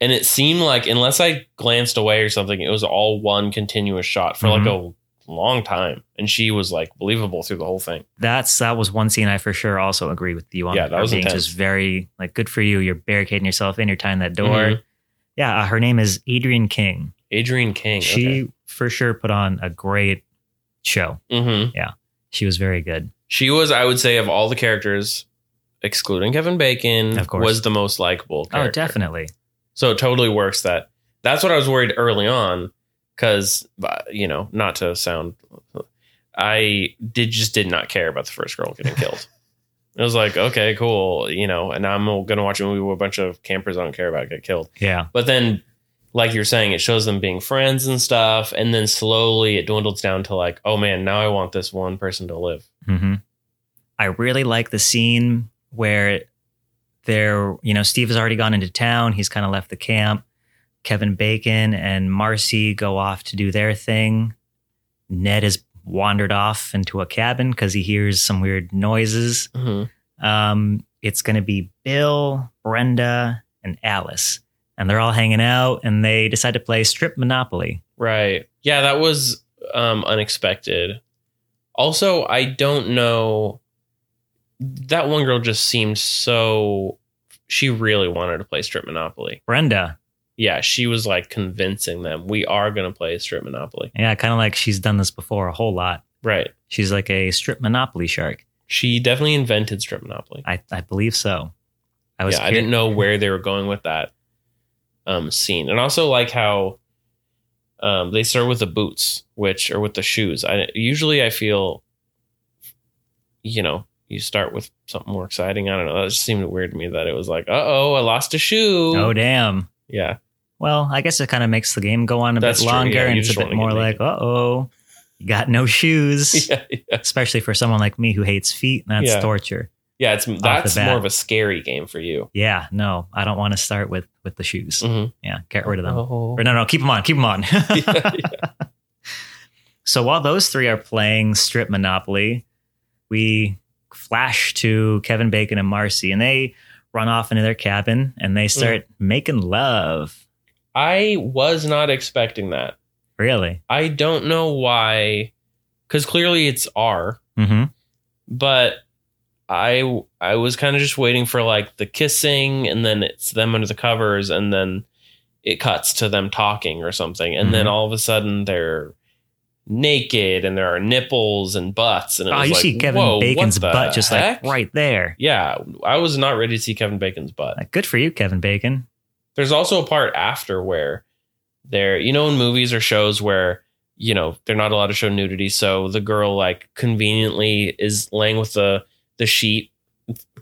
[SPEAKER 2] And it seemed like, unless I glanced away or something, it was all one continuous shot for like
[SPEAKER 1] Mm-hmm.
[SPEAKER 2] a long time, and she was like believable through the whole thing.
[SPEAKER 1] That's that was one scene I for sure also agree with you on.
[SPEAKER 2] Yeah, that
[SPEAKER 1] her
[SPEAKER 2] was
[SPEAKER 1] being
[SPEAKER 2] intense.
[SPEAKER 1] just very like good for you. You're barricading yourself in. You're tying that door.
[SPEAKER 2] Mhm.
[SPEAKER 1] Yeah, uh, her name is Adrian King.
[SPEAKER 2] Adrienne King.
[SPEAKER 1] She for sure put on a great show.
[SPEAKER 2] hmm
[SPEAKER 1] She was very good.
[SPEAKER 2] She was, I would say, of all the characters, excluding Kevin Bacon,
[SPEAKER 1] Of course.
[SPEAKER 2] was the most likable.
[SPEAKER 1] Oh,
[SPEAKER 2] character.
[SPEAKER 1] definitely.
[SPEAKER 2] So it totally works that. That's what I was worried early on because, you know, not to sound, I did just did not care about the first girl getting killed. it was like, okay, cool, you know, and I'm going to watch a movie where a bunch of campers I don't care about get killed.
[SPEAKER 1] Yeah.
[SPEAKER 2] But then, like you're saying, it shows them being friends and stuff. And then slowly it dwindles down to like, oh man, now I want this one person to live.
[SPEAKER 1] hmm I really like the scene where there, you know, Steve has already gone into town. He's kind of left the camp. Kevin Bacon and Marcy go off to do their thing. Ned has wandered off into a cabin because he hears some weird noises. Um, it's going to be Bill, Brenda, and Alice. And they're all hanging out and they decide to play Strip Monopoly.
[SPEAKER 2] Right. Yeah, that was um unexpected. Also, I don't know that one girl just seemed so she really wanted to play strip monopoly.
[SPEAKER 1] Brenda,
[SPEAKER 2] Yeah, she was like convincing them we are going to play strip monopoly.
[SPEAKER 1] yeah, kind of like she's done this before a whole lot.
[SPEAKER 2] Right.
[SPEAKER 1] She's like a Strip Monopoly shark.
[SPEAKER 2] She definitely invented strip monopoly.
[SPEAKER 1] I, I believe so. I was
[SPEAKER 2] yeah, I
[SPEAKER 1] curi-
[SPEAKER 2] didn't know where they were going with that um scene. And also like how um they start with the boots, which or with the shoes. I usually I feel you know, you start with something more exciting. I don't know. That just seemed weird to me that it was like, uh oh, I lost a shoe.
[SPEAKER 1] Oh damn.
[SPEAKER 2] yeah.
[SPEAKER 1] Well, I guess it kind of makes the game go on a
[SPEAKER 2] That's
[SPEAKER 1] bit
[SPEAKER 2] true,
[SPEAKER 1] longer,
[SPEAKER 2] yeah,
[SPEAKER 1] and
[SPEAKER 2] you
[SPEAKER 1] it's a
[SPEAKER 2] just
[SPEAKER 1] bit
[SPEAKER 2] wanna
[SPEAKER 1] more like,
[SPEAKER 2] get
[SPEAKER 1] uh oh, you got no shoes.
[SPEAKER 2] yeah. Yeah.
[SPEAKER 1] Especially for someone like me who hates feet, that's
[SPEAKER 2] Yeah.
[SPEAKER 1] torture.
[SPEAKER 2] Yeah. It's that's
[SPEAKER 1] bat.
[SPEAKER 2] more of a scary game for you.
[SPEAKER 1] Yeah, no, I don't want to start with with the shoes.
[SPEAKER 2] Mhm.
[SPEAKER 1] Yeah, get rid of them.
[SPEAKER 2] Oh.
[SPEAKER 1] Or no, no, keep them on, keep them on.
[SPEAKER 2] yeah,
[SPEAKER 1] So while those three are playing Strip Monopoly, we flash to Kevin Bacon and Marcy, and they run off into their cabin and
[SPEAKER 2] Mm.
[SPEAKER 1] they start making love.
[SPEAKER 2] I was not expecting that.
[SPEAKER 1] Really?
[SPEAKER 2] I don't know why, because clearly it's R.
[SPEAKER 1] Mm-hmm.
[SPEAKER 2] but I I was kind of just waiting for like the kissing and then it's them under the covers and then it cuts to them talking or something and then
[SPEAKER 1] Mhm.
[SPEAKER 2] all of a sudden they're naked and there are nipples and butts and it
[SPEAKER 1] Oh,
[SPEAKER 2] was
[SPEAKER 1] you
[SPEAKER 2] like,
[SPEAKER 1] see Kevin
[SPEAKER 2] whoa, what
[SPEAKER 1] Bacon's
[SPEAKER 2] the
[SPEAKER 1] butt just
[SPEAKER 2] heck?
[SPEAKER 1] like right there.
[SPEAKER 2] yeah I was not ready to see Kevin Bacon's butt
[SPEAKER 1] Like, good for you, Kevin Bacon.
[SPEAKER 2] there's also a part after where there you know in movies or shows where you know they're not allowed to show nudity so the girl like conveniently is laying with the the sheet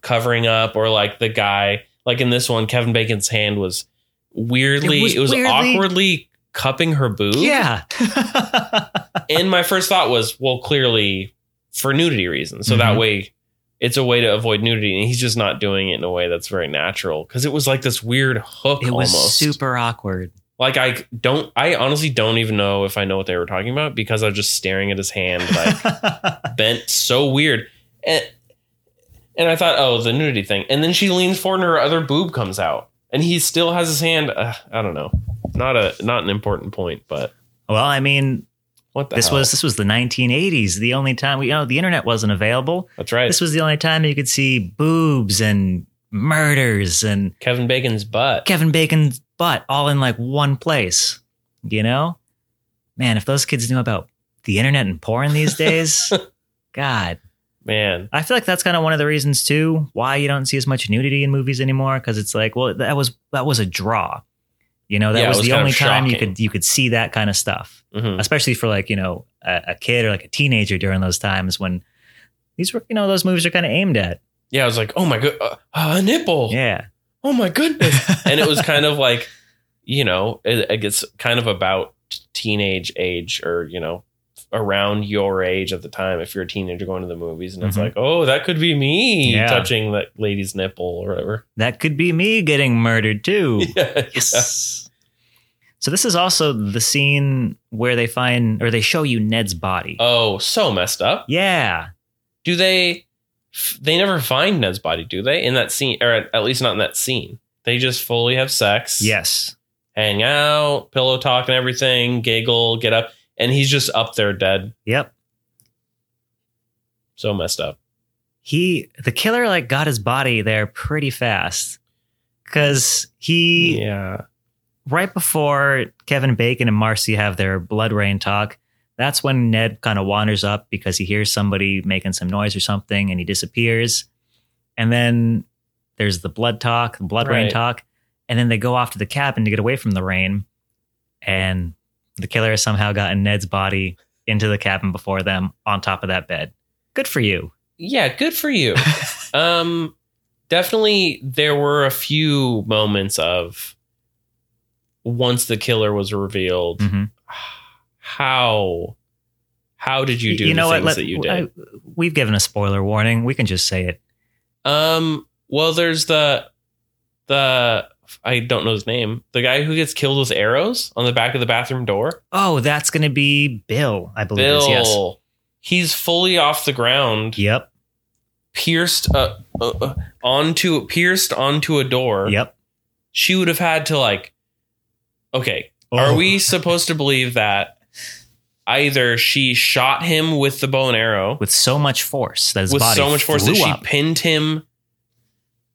[SPEAKER 2] covering up or like the guy like in this one kevin bacon's hand was weirdly
[SPEAKER 1] It
[SPEAKER 2] it
[SPEAKER 1] was
[SPEAKER 2] was,
[SPEAKER 1] weirdly-
[SPEAKER 2] awkwardly cupping her boob
[SPEAKER 1] Yeah.
[SPEAKER 2] and my first thought was well clearly for nudity reasons so that
[SPEAKER 1] Mhm.
[SPEAKER 2] way it's a way to avoid nudity, and he's just not doing it in a way that's very natural because it was like this weird hook.
[SPEAKER 1] It was
[SPEAKER 2] almost.
[SPEAKER 1] super awkward.
[SPEAKER 2] Like I don't, I honestly don't even know if I know what they were talking about because I was just staring at his hand, like bent so weird, and and I thought, oh, the nudity thing, and then she leans forward and her other boob comes out, and he still has his hand. Uh, I don't know, not a not an important point, but
[SPEAKER 1] well, I mean,
[SPEAKER 2] what the
[SPEAKER 1] this
[SPEAKER 2] hell?
[SPEAKER 1] was this was the 1980s. The only time we, you know, the internet wasn't available.
[SPEAKER 2] that's right,
[SPEAKER 1] This was the only time you could see boobs and murders and
[SPEAKER 2] Kevin Bacon's butt.
[SPEAKER 1] Kevin Bacon's butt all in like one place. You know, man, if those kids knew about the internet and porn these days, God,
[SPEAKER 2] Man,
[SPEAKER 1] I feel like that's kind of one of the reasons too why you don't see as much nudity in movies anymore because it's like, well, that was that was a draw. You know, that
[SPEAKER 2] Yeah, it
[SPEAKER 1] was,
[SPEAKER 2] was
[SPEAKER 1] the
[SPEAKER 2] kind
[SPEAKER 1] only
[SPEAKER 2] of
[SPEAKER 1] time you
[SPEAKER 2] shocking.
[SPEAKER 1] could you could see that kind of stuff,
[SPEAKER 2] Mhm.
[SPEAKER 1] especially for like you know a, a kid or like a teenager during those times when these were you know those movies are kind of aimed at.
[SPEAKER 2] yeah, I was like, oh my god, uh, a nipple.
[SPEAKER 1] Yeah,
[SPEAKER 2] Oh my goodness. and it was kind of like you know it, it gets kind of about teenage age or you know around your age at the time if you're a teenager going to the movies and it's
[SPEAKER 1] Mhm.
[SPEAKER 2] like oh that could be me
[SPEAKER 1] Yeah.
[SPEAKER 2] touching that lady's nipple or whatever
[SPEAKER 1] that could be me getting murdered too.
[SPEAKER 2] yeah.
[SPEAKER 1] Yes. So this is also the scene where they find or they show you Ned's body.
[SPEAKER 2] oh so messed up
[SPEAKER 1] yeah.
[SPEAKER 2] do they they never find ned's body do they in that scene or at, at least not in that scene they just fully have sex
[SPEAKER 1] Yes.
[SPEAKER 2] hang out pillow talk and everything giggle get up and he's just up there dead
[SPEAKER 1] Yep.
[SPEAKER 2] so messed up
[SPEAKER 1] he the killer like got his body there pretty fast because he
[SPEAKER 2] yeah
[SPEAKER 1] right before kevin bacon and marcy have their blood rain talk that's when ned kind of wanders up because he hears somebody making some noise or something and he disappears and then there's the blood talk the blood rain
[SPEAKER 2] Right.
[SPEAKER 1] talk and then they go off to the cabin to get away from the rain and the killer has somehow gotten ned's body into the cabin before them on top of that bed good for you
[SPEAKER 2] yeah good for you um definitely there were a few moments of once the killer was revealed
[SPEAKER 1] Mhm.
[SPEAKER 2] how how did you do the things
[SPEAKER 1] Let-
[SPEAKER 2] that you
[SPEAKER 1] I-
[SPEAKER 2] did
[SPEAKER 1] we've given a spoiler warning. We can just say it.
[SPEAKER 2] um well there's the the i don't know his name the guy who gets killed with arrows on the back of the bathroom door
[SPEAKER 1] Oh, that's going to be Bill, I believe. it is.
[SPEAKER 2] bill
[SPEAKER 1] Yes.
[SPEAKER 2] he's fully off the ground
[SPEAKER 1] Yep.
[SPEAKER 2] pierced uh, uh, uh, onto pierced onto a door
[SPEAKER 1] Yep.
[SPEAKER 2] she would have had to like okay
[SPEAKER 1] Oh.
[SPEAKER 2] are we supposed to believe that either she shot him with the bow and arrow
[SPEAKER 1] with so much force that his
[SPEAKER 2] with
[SPEAKER 1] body
[SPEAKER 2] so much force that
[SPEAKER 1] flew
[SPEAKER 2] she
[SPEAKER 1] up?
[SPEAKER 2] pinned him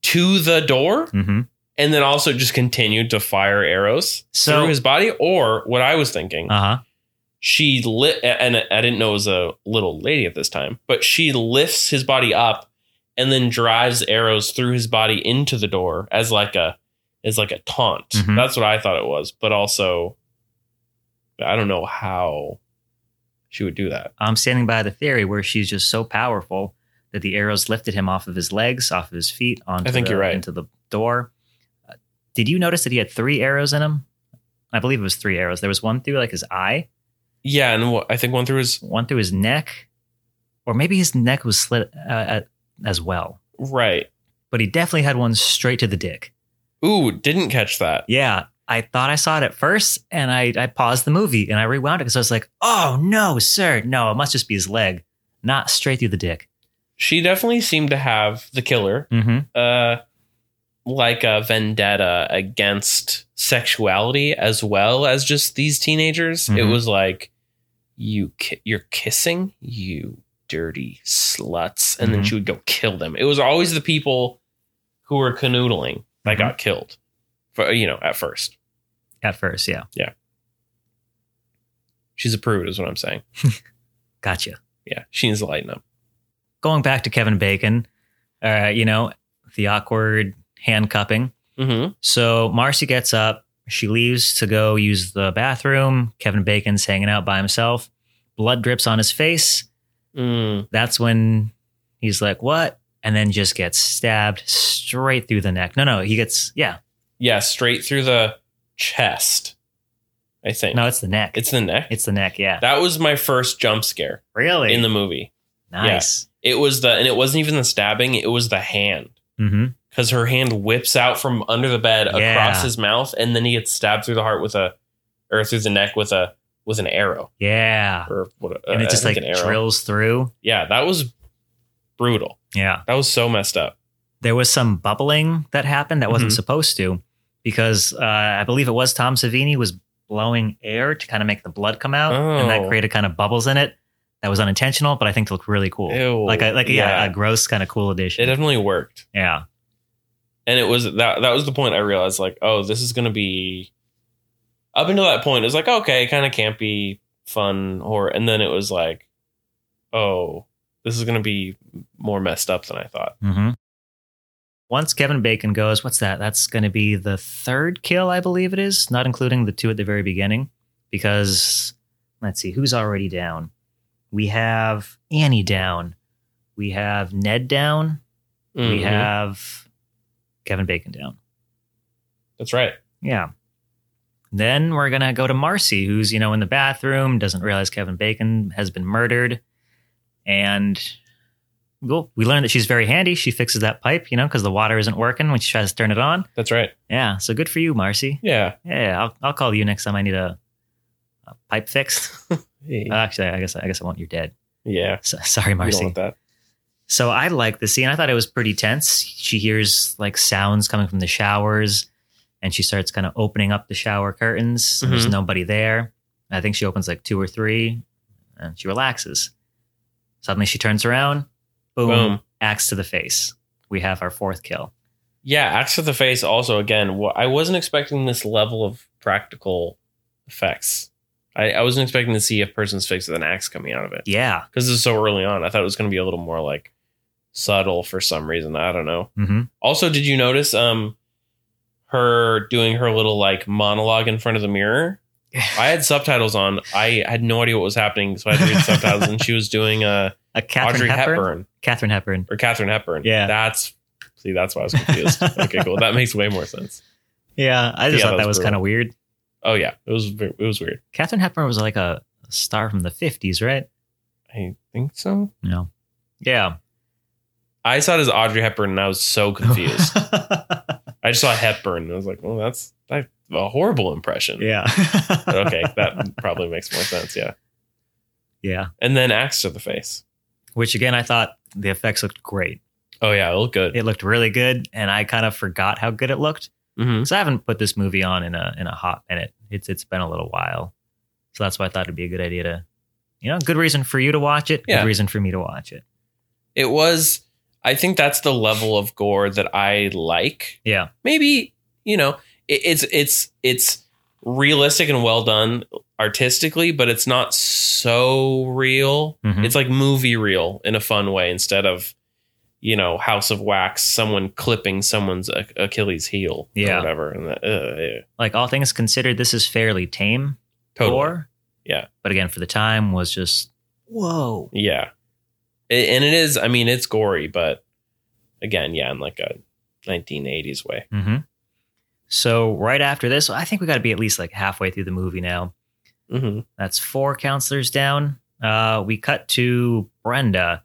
[SPEAKER 2] to the door
[SPEAKER 1] hmm
[SPEAKER 2] and then also just continued to fire arrows
[SPEAKER 1] So-
[SPEAKER 2] through his body or what i was thinking
[SPEAKER 1] Uh huh.
[SPEAKER 2] she lit and i didn't know it was a little lady at this time but she lifts his body up and then drives arrows through his body into the door as like a as like a taunt
[SPEAKER 1] Mhm.
[SPEAKER 2] that's what i thought it was but also i don't know how she would do that
[SPEAKER 1] I'm standing by the theory where she's just so powerful that the arrows lifted him off of his legs, off of his feet, onto
[SPEAKER 2] I think
[SPEAKER 1] the,
[SPEAKER 2] you're right.
[SPEAKER 1] into the door. Uh, Did you notice that he had three arrows in him? I believe it was three arrows. There was one through like his eye.
[SPEAKER 2] yeah and what, i think one through his
[SPEAKER 1] one through his neck, or maybe his neck was slit uh, at- as well.
[SPEAKER 2] right
[SPEAKER 1] But he definitely had one straight to the dick.
[SPEAKER 2] ooh didn't catch that
[SPEAKER 1] Yeah, I thought I saw it at first, and I, I paused the movie and I rewound it because I was like, "Oh no, sir, no! It must just be his leg, not straight through the dick."
[SPEAKER 2] she definitely seemed to have the killer
[SPEAKER 1] Mm-hmm.
[SPEAKER 2] uh like a vendetta against sexuality as well as just these teenagers. It
[SPEAKER 1] Mhm.
[SPEAKER 2] was like you ki- you're kissing you dirty sluts, and then
[SPEAKER 1] Mhm.
[SPEAKER 2] she would go kill them. It was always the people who were canoodling that
[SPEAKER 1] Mhm.
[SPEAKER 2] got killed, for you know at first.
[SPEAKER 1] At first, yeah,
[SPEAKER 2] She's a prude, is what I'm saying.
[SPEAKER 1] gotcha.
[SPEAKER 2] Yeah, she needs to lighten up.
[SPEAKER 1] Going back to Kevin Bacon, uh, you know, the awkward handcuffing.
[SPEAKER 2] Mm-hmm.
[SPEAKER 1] So Marcy gets up. She leaves to go use the bathroom. Kevin Bacon's hanging out by himself. Blood drips on his face.
[SPEAKER 2] Mm.
[SPEAKER 1] That's when he's like, what? And then just gets stabbed straight through the neck. No, no, he gets, yeah.
[SPEAKER 2] Yeah, straight through the chest. I think
[SPEAKER 1] No, it's the neck. It's,
[SPEAKER 2] it's the neck.
[SPEAKER 1] the neck, yeah.
[SPEAKER 2] that was my first jump scare.
[SPEAKER 1] really?
[SPEAKER 2] in the movie.
[SPEAKER 1] Nice.
[SPEAKER 2] It was the and it wasn't even the stabbing, it was the hand.
[SPEAKER 1] Mm-hmm.
[SPEAKER 2] Because her hand whips out from under the bed
[SPEAKER 1] Yeah.
[SPEAKER 2] across his mouth, and then he gets stabbed through the heart with a or through the neck with a with an arrow.
[SPEAKER 1] Yeah.
[SPEAKER 2] Or what
[SPEAKER 1] And
[SPEAKER 2] uh,
[SPEAKER 1] it
[SPEAKER 2] I
[SPEAKER 1] just
[SPEAKER 2] think
[SPEAKER 1] like
[SPEAKER 2] an arrow.
[SPEAKER 1] drills through.
[SPEAKER 2] Yeah, that was brutal.
[SPEAKER 1] Yeah.
[SPEAKER 2] That was so messed up.
[SPEAKER 1] There was some bubbling that happened that wasn't
[SPEAKER 2] Mhm.
[SPEAKER 1] supposed to because uh, I believe it was Tom Savini was blowing air to kind of make the blood come out. And that
[SPEAKER 2] Oh.
[SPEAKER 1] created kind of bubbles in it. That was unintentional, but I think looked really cool.
[SPEAKER 2] Ew.
[SPEAKER 1] Like a, like a- yeah. a gross kind of cool addition.
[SPEAKER 2] it definitely worked.
[SPEAKER 1] yeah.
[SPEAKER 2] and it was that that was the point I realized like, oh, this is gonna be up until that point, it was like, okay, kind of campy, fun horror. And then it was like, oh, this is gonna be more messed up than I thought.
[SPEAKER 1] hmm Once Kevin Bacon goes, what's that? That's going to be the third kill, I believe it is, not including the two at the very beginning, because let's see, who's already down? We have Annie down. We have Ned down. We
[SPEAKER 2] Mhm.
[SPEAKER 1] have Kevin Bacon down.
[SPEAKER 2] That's right.
[SPEAKER 1] Yeah. Then we're going to go to Marcy, who's, you know, in the bathroom, doesn't realize Kevin Bacon has been murdered. And well, we learn that she's very handy. She fixes that pipe, you know, because the water isn't working when she tries to turn it on.
[SPEAKER 2] That's right.
[SPEAKER 1] Yeah. So good for you, Marcy.
[SPEAKER 2] Yeah.
[SPEAKER 1] Yeah. I'll, I'll call you next time I need a, a pipe fixed.
[SPEAKER 2] Hey.
[SPEAKER 1] Actually, I guess, I guess I want your dead.
[SPEAKER 2] yeah.
[SPEAKER 1] So, sorry,
[SPEAKER 2] We
[SPEAKER 1] Marcy.
[SPEAKER 2] don't want that.
[SPEAKER 1] So I like the scene. I thought it was pretty tense. She hears like sounds coming from the showers and she starts kind of opening up the shower curtains. And There's
[SPEAKER 2] Mhm.
[SPEAKER 1] nobody there. I think she opens like two or three and she relaxes. Suddenly she turns around, boom,
[SPEAKER 2] Boom.
[SPEAKER 1] axe to the face. We have our fourth kill.
[SPEAKER 2] Yeah, axe to the face. Also, again, wh- I wasn't expecting this level of practical effects. I, I wasn't expecting to see a person's face with an axe coming out of it.
[SPEAKER 1] Yeah.
[SPEAKER 2] because it's so early on. I thought it was going to be a little more like subtle for some reason. I don't know.
[SPEAKER 1] hmm
[SPEAKER 2] Also, did you notice um her doing her little like monologue in front of the mirror? I had subtitles on. I had no idea what was happening, so I had to read the subtitles. And she was doing uh,
[SPEAKER 1] A Catherine
[SPEAKER 2] Audrey
[SPEAKER 1] Hepburn.
[SPEAKER 2] Hepburn
[SPEAKER 1] Catherine Hepburn.
[SPEAKER 2] or Catherine Hepburn.
[SPEAKER 1] Yeah.
[SPEAKER 2] that's see, that's why I was confused. okay, cool. That makes way more sense.
[SPEAKER 1] Yeah. I just
[SPEAKER 2] Yeah,
[SPEAKER 1] thought
[SPEAKER 2] that
[SPEAKER 1] that was
[SPEAKER 2] was
[SPEAKER 1] kind of
[SPEAKER 2] brutal.
[SPEAKER 1] weird.
[SPEAKER 2] Oh yeah, it was ve- it was weird.
[SPEAKER 1] Catherine Hepburn was like a star from the 50s, right?
[SPEAKER 2] I think so.
[SPEAKER 1] No. Yeah.
[SPEAKER 2] I saw it as Audrey Hepburn, and I was so confused. I just saw Hepburn, and I was like, well, that's that's a horrible impression.
[SPEAKER 1] yeah.
[SPEAKER 2] okay, that probably makes more sense. Yeah,
[SPEAKER 1] Yeah.
[SPEAKER 2] and then axe to the face.
[SPEAKER 1] Which again, I thought the effects looked great.
[SPEAKER 2] Oh yeah, it looked good.
[SPEAKER 1] It looked really good, and I kind of forgot how good it looked
[SPEAKER 2] Mm-hmm.
[SPEAKER 1] because I haven't put this movie on in a in a hot minute. It's it's been a little while, so that's why I thought it'd be a good idea to, you know, good reason for you to watch it.
[SPEAKER 2] Yeah.
[SPEAKER 1] Good reason for me to watch it.
[SPEAKER 2] It was. I think that's the level of gore that I like.
[SPEAKER 1] Yeah.
[SPEAKER 2] Maybe you know, it, it's it's it's realistic and well done artistically, but it's not so real.
[SPEAKER 1] Mhm.
[SPEAKER 2] It's like movie real in a fun way instead of. You know, House of Wax, someone clipping someone's Ach- Achilles heel,
[SPEAKER 1] Yeah.
[SPEAKER 2] or whatever, and that, uh, yeah.
[SPEAKER 1] Like all things considered, this is fairly tame
[SPEAKER 2] totally,
[SPEAKER 1] gore.
[SPEAKER 2] Yeah.
[SPEAKER 1] But again, for the time, was just whoa.
[SPEAKER 2] Yeah. It, and it is, I mean, it's gory, but again, yeah, in like a 1980s way.
[SPEAKER 1] hmm So right after this, I think we got to be at least like halfway through the movie now.
[SPEAKER 2] Mm-hmm.
[SPEAKER 1] That's four counselors down. Uh, we cut to Brenda.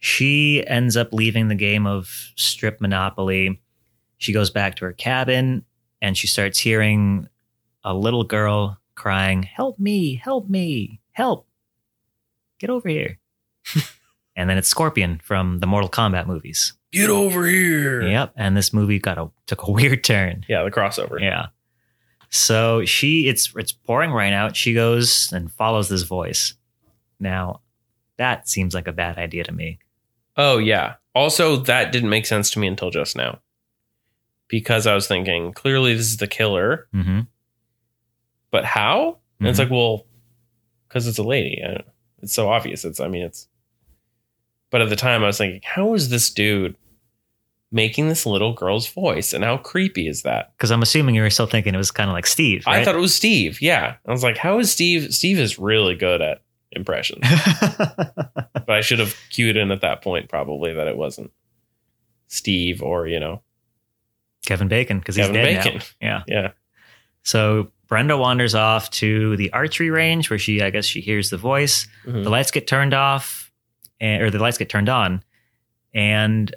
[SPEAKER 1] She ends up leaving the game of strip monopoly. She goes back to her cabin and she starts hearing a little girl crying, Help me, help me, help. Get over here. and then it's Scorpion from the Mortal Kombat movies.
[SPEAKER 2] Get over here. Yeah.
[SPEAKER 1] Yep. And this movie got a took a weird turn.
[SPEAKER 2] Yeah, the crossover.
[SPEAKER 1] Yeah. So she it's it's pouring rain out. She goes and follows this voice. Now, that seems like a bad idea to me.
[SPEAKER 2] Oh, yeah. Also, that didn't make sense to me until just now because I was thinking, clearly this is the killer,
[SPEAKER 1] Mm-hmm.
[SPEAKER 2] but how? And it's like, well, because it's a lady. I don't- It's so obvious. It's, I mean, it's, but at the time I was thinking, how is this dude making this little girl's voice? And how creepy is that?
[SPEAKER 1] Because I'm assuming you were still thinking it was kind of like Steve. Right?
[SPEAKER 2] I thought it was Steve. Yeah. I was like, how is Steve? Steve is really good at impressions. but I should have cued in at that point, probably, that it wasn't Steve or, you know,
[SPEAKER 1] Kevin Bacon because he's
[SPEAKER 2] Kevin
[SPEAKER 1] dead
[SPEAKER 2] Bacon.
[SPEAKER 1] now. Yeah.
[SPEAKER 2] Yeah.
[SPEAKER 1] So Brenda wanders off to the archery range where she I guess she hears the voice.
[SPEAKER 2] Mhm.
[SPEAKER 1] The lights get turned off, and, or the lights get turned on, and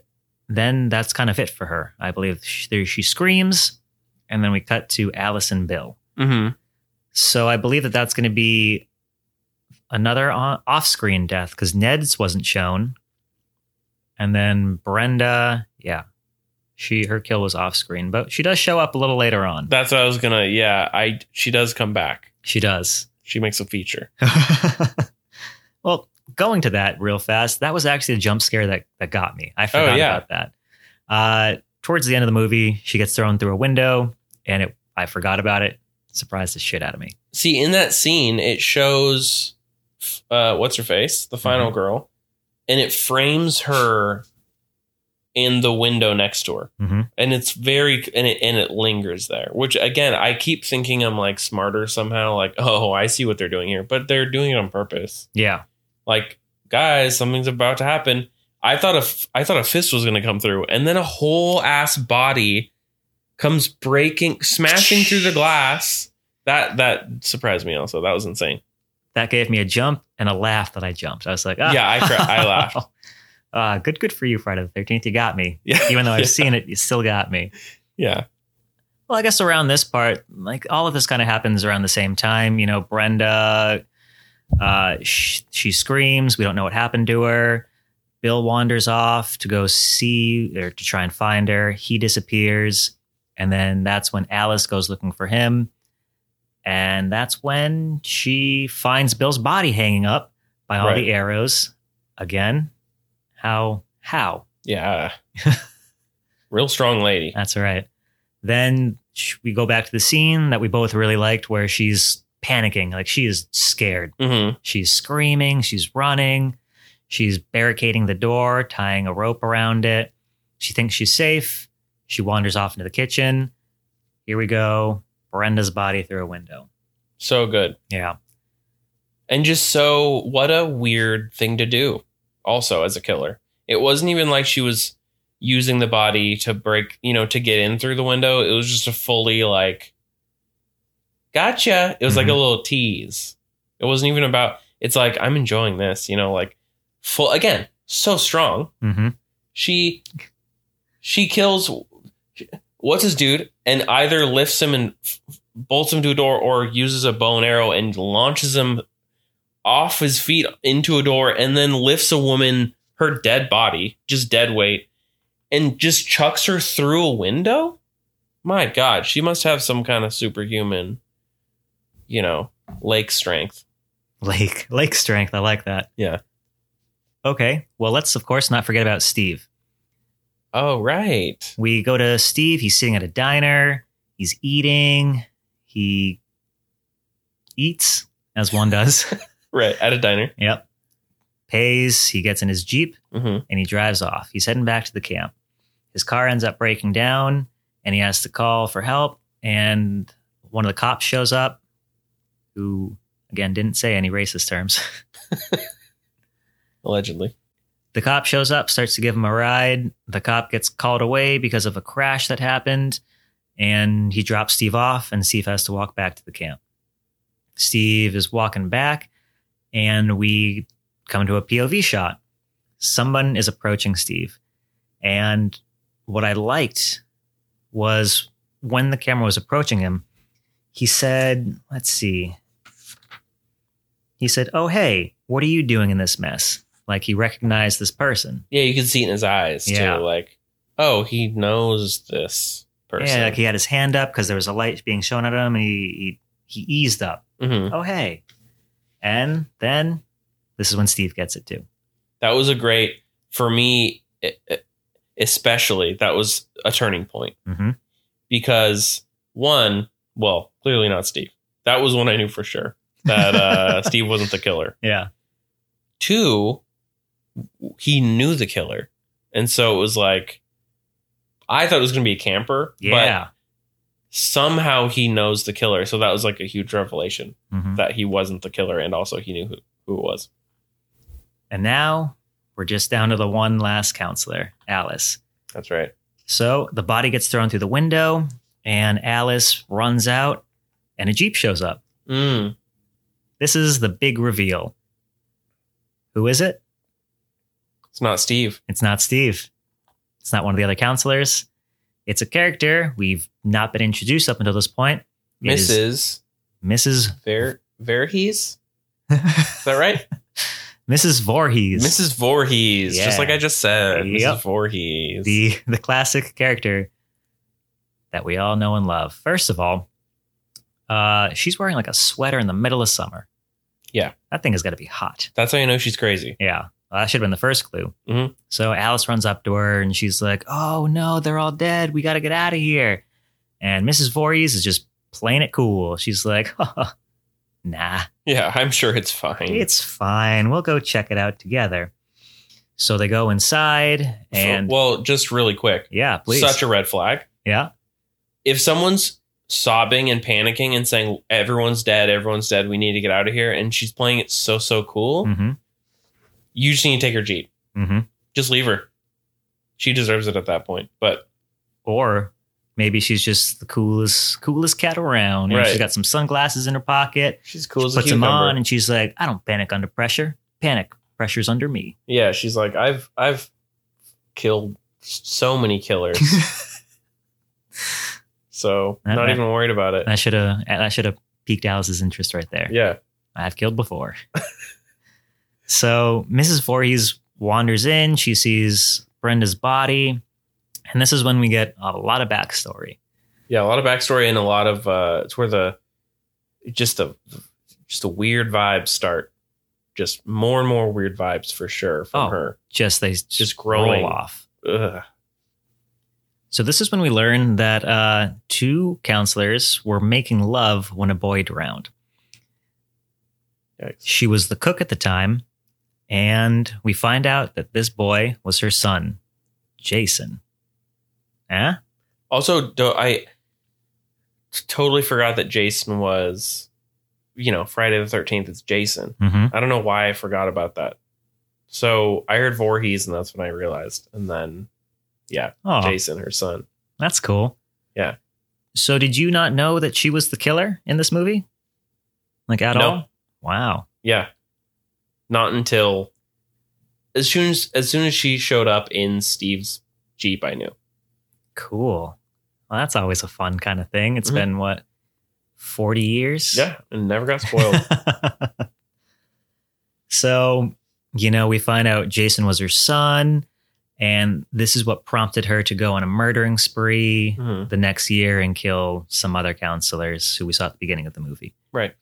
[SPEAKER 1] then that's kind of it for her. I believe she, there she screams, and then we cut to Alice and Bill.
[SPEAKER 2] Mm-hmm.
[SPEAKER 1] So I believe that that's going to be another on- off-screen death because Ned's wasn't shown, and then Brenda, yeah, she her kill was off-screen, but she does show up a little later on.
[SPEAKER 2] That's what I was gonna. Yeah, I she does come back.
[SPEAKER 1] She does.
[SPEAKER 2] She makes a feature.
[SPEAKER 1] well, going to that real fast, that was actually a jump scare that that got me. I forgot
[SPEAKER 2] Oh, yeah.
[SPEAKER 1] about that. Uh, towards the end of the movie, she gets thrown through a window, and it I forgot about it. Surprised the shit out of me.
[SPEAKER 2] See, in that scene, it shows uh, what's her face, the final girl, and it frames her in the window next to her,
[SPEAKER 1] Mhm.
[SPEAKER 2] and it's very and it and it lingers there. Which again, I keep thinking I'm like smarter somehow. Like, oh, I see what they're doing here, but they're doing it on purpose.
[SPEAKER 1] Yeah,
[SPEAKER 2] Like, guys, something's about to happen. I thought a f- I thought a fist was going to come through, and then a whole ass body comes breaking, smashing through the glass. That that surprised me. Also, that was insane.
[SPEAKER 1] that gave me a jump and a laugh that I jumped. I was like, ah.
[SPEAKER 2] Yeah, I cra- I laughed.
[SPEAKER 1] Uh, good, good for you, Friday the Thirteenth. You got me,
[SPEAKER 2] Yeah,
[SPEAKER 1] even though I've
[SPEAKER 2] Yeah.
[SPEAKER 1] seen it. You still got me.
[SPEAKER 2] yeah,
[SPEAKER 1] Well, I guess around this part, like all of this kind of happens around the same time. You know, Brenda, uh, sh- she screams. We don't know what happened to her. Bill wanders off to go see or to try and find her. He disappears. And then that's when Alice goes looking for him. And that's when she finds Bill's body hanging up by all
[SPEAKER 2] Right.
[SPEAKER 1] the arrows. Again, how? How?
[SPEAKER 2] yeah. Real strong lady.
[SPEAKER 1] That's all right. Then sh- we go back to the scene that we both really liked where she's panicking. Like she is scared.
[SPEAKER 2] Mm-hmm.
[SPEAKER 1] She's screaming. She's running. She's barricading the door, tying a rope around it. She thinks she's safe. She wanders off into the kitchen. Here we go. Brenda's body through a window.
[SPEAKER 2] So good,
[SPEAKER 1] Yeah.
[SPEAKER 2] and just so what a weird thing to do. Also, as a killer, it wasn't even like she was using the body to break, you know, to get in through the window. It was just a fully like, gotcha. It was like a little tease. It wasn't even about. It's like I'm enjoying this, you know, like full again. So strong.
[SPEAKER 1] Mm-hmm.
[SPEAKER 2] she she kills what's his dude and either lifts him and f- bolts him to a door or uses a bow and arrow and launches him off his feet into a door and then lifts a woman her dead body just dead weight and just chucks her through a window my god she must have some kind of superhuman you know lake strength
[SPEAKER 1] Lake, lake strength. I like that.
[SPEAKER 2] Yeah.
[SPEAKER 1] Okay. Well, let's, of course, not forget about Steve.
[SPEAKER 2] oh right
[SPEAKER 1] We go to Steve. He's sitting at a diner. He's eating. He eats, as one does.
[SPEAKER 2] right at a diner
[SPEAKER 1] yep. Pays. He gets in his Jeep
[SPEAKER 2] hmm
[SPEAKER 1] and he drives off. He's heading back to the camp. His car ends up breaking down and he has to call for help. And one of the cops shows up who, again, didn't say any racist terms.
[SPEAKER 2] allegedly
[SPEAKER 1] The cop shows up, starts to give him a ride. The cop gets called away because of a crash that happened, and he drops Steve off, and Steve has to walk back to the camp. Steve is walking back, and we come to a POV shot. Someone is approaching Steve. And what I liked was when the camera was approaching him, he said, Let's see. He said, Oh, hey, what are you doing in this mess? Like he recognized this person.
[SPEAKER 2] Yeah, you can see it in his eyes
[SPEAKER 1] Yeah.
[SPEAKER 2] too. Like, oh, he knows this person.
[SPEAKER 1] Yeah, like he had his hand up because there was a light being shown at him, and he he, he eased up.
[SPEAKER 2] hmm
[SPEAKER 1] Oh hey, and then this is when Steve gets it too.
[SPEAKER 2] That was a great for me, e- e- especially. That was a turning point
[SPEAKER 1] hmm
[SPEAKER 2] because one, well, clearly not Steve. That was one I knew for sure that uh, Steve wasn't the killer.
[SPEAKER 1] Yeah,
[SPEAKER 2] Two, he knew the killer, and so it was like, I thought it was going to be a camper,
[SPEAKER 1] yeah.
[SPEAKER 2] but somehow he knows the killer. So that was like a huge revelation.
[SPEAKER 1] Mhm.
[SPEAKER 2] that he wasn't the killer and also he knew who, who it was.
[SPEAKER 1] And now we're just down to the one last counselor, Alice.
[SPEAKER 2] That's right.
[SPEAKER 1] So the body gets thrown through the window, and Alice runs out, and a jeep shows up.
[SPEAKER 2] Mm.
[SPEAKER 1] This is the big reveal. Who is it?
[SPEAKER 2] It's not Steve.
[SPEAKER 1] It's not Steve. It's not one of the other counselors. It's a character we've not been introduced up until this point. It is
[SPEAKER 2] Mrs.
[SPEAKER 1] Mrs.
[SPEAKER 2] Ver Verhees. Is that right?
[SPEAKER 1] Mrs. Voorhees.
[SPEAKER 2] Mrs. Voorhees. Just
[SPEAKER 1] Yeah.
[SPEAKER 2] like I just said.
[SPEAKER 1] Yep.
[SPEAKER 2] Mrs. Voorhees.
[SPEAKER 1] the the classic character that we all know and love. First of all, uh, she's wearing like a sweater in the middle of summer.
[SPEAKER 2] Yeah.
[SPEAKER 1] that thing has got to be hot.
[SPEAKER 2] That's how you know she's crazy.
[SPEAKER 1] Yeah, Well, that should have been the first clue.
[SPEAKER 2] Mhm.
[SPEAKER 1] So Alice runs up to her and she's like, "Oh no, they're all dead. We got to get out of here." And Mrs. Voorhees is just playing it cool. She's like, "Nah,
[SPEAKER 2] Yeah, I'm sure it's fine.
[SPEAKER 1] it's fine. We'll go check it out together." So they go inside
[SPEAKER 2] So-
[SPEAKER 1] and
[SPEAKER 2] well, just really quick.
[SPEAKER 1] yeah, please,
[SPEAKER 2] Such a red flag.
[SPEAKER 1] yeah.
[SPEAKER 2] If someone's sobbing and panicking and saying everyone's dead, everyone's dead, we need to get out of here, and she's playing it so so cool,
[SPEAKER 1] hmm
[SPEAKER 2] you just need to take her jeep.
[SPEAKER 1] hmm
[SPEAKER 2] Just leave her. She deserves it at that point. But
[SPEAKER 1] Or maybe she's just the coolest, coolest cat around. And
[SPEAKER 2] Right.
[SPEAKER 1] She's got some sunglasses in her pocket.
[SPEAKER 2] she's cool as
[SPEAKER 1] puts
[SPEAKER 2] a
[SPEAKER 1] them
[SPEAKER 2] cucumber.
[SPEAKER 1] on, and she's like, "I don't panic under pressure. Panic pressure's under me."
[SPEAKER 2] yeah, she's like I've I've killed so many killers. so
[SPEAKER 1] That-
[SPEAKER 2] not
[SPEAKER 1] that-
[SPEAKER 2] even worried about it.
[SPEAKER 1] I should have. I should have piqued Alice's interest right there.
[SPEAKER 2] Yeah.
[SPEAKER 1] I've killed before. so Mrs. Voorhees wanders in. She sees Brenda's body, and this is when we get a lot of backstory.
[SPEAKER 2] Yeah, a lot of backstory and a lot of uh it's where the just the just the weird vibes start. Just more and more weird vibes for sure from
[SPEAKER 1] Oh.
[SPEAKER 2] her.
[SPEAKER 1] Just they
[SPEAKER 2] Just growing.
[SPEAKER 1] roll off.
[SPEAKER 2] Ugh.
[SPEAKER 1] So this is when we learn that uh, two counselors were making love when a boy drowned.
[SPEAKER 2] Yikes.
[SPEAKER 1] She was the cook at the time, and we find out that this boy was her son, Jason. Eh?
[SPEAKER 2] Also, do I t- totally forgot that Jason was you know, Friday the 13th is Jason.
[SPEAKER 1] Mm-hmm.
[SPEAKER 2] I don't know why I forgot about that. So, I heard Voorhees and that's when I realized and then
[SPEAKER 1] Oh,
[SPEAKER 2] Jason her son.
[SPEAKER 1] that's cool.
[SPEAKER 2] Yeah.
[SPEAKER 1] So did you not know that she was the killer in this movie? Like at
[SPEAKER 2] No.
[SPEAKER 1] all? Wow.
[SPEAKER 2] Yeah. Not until as soon as as soon as she showed up in Steve's Jeep, I knew.
[SPEAKER 1] Cool. Well, that's always a fun kind of thing. It's
[SPEAKER 2] Mhm.
[SPEAKER 1] been what, 40 years?
[SPEAKER 2] Yeah, and never got spoiled.
[SPEAKER 1] so, you know, we find out Jason was her son, and this is what prompted her to go on a murdering spree
[SPEAKER 2] Mhm.
[SPEAKER 1] the next year and kill some other counselors who we saw at the beginning of the movie.
[SPEAKER 2] Right.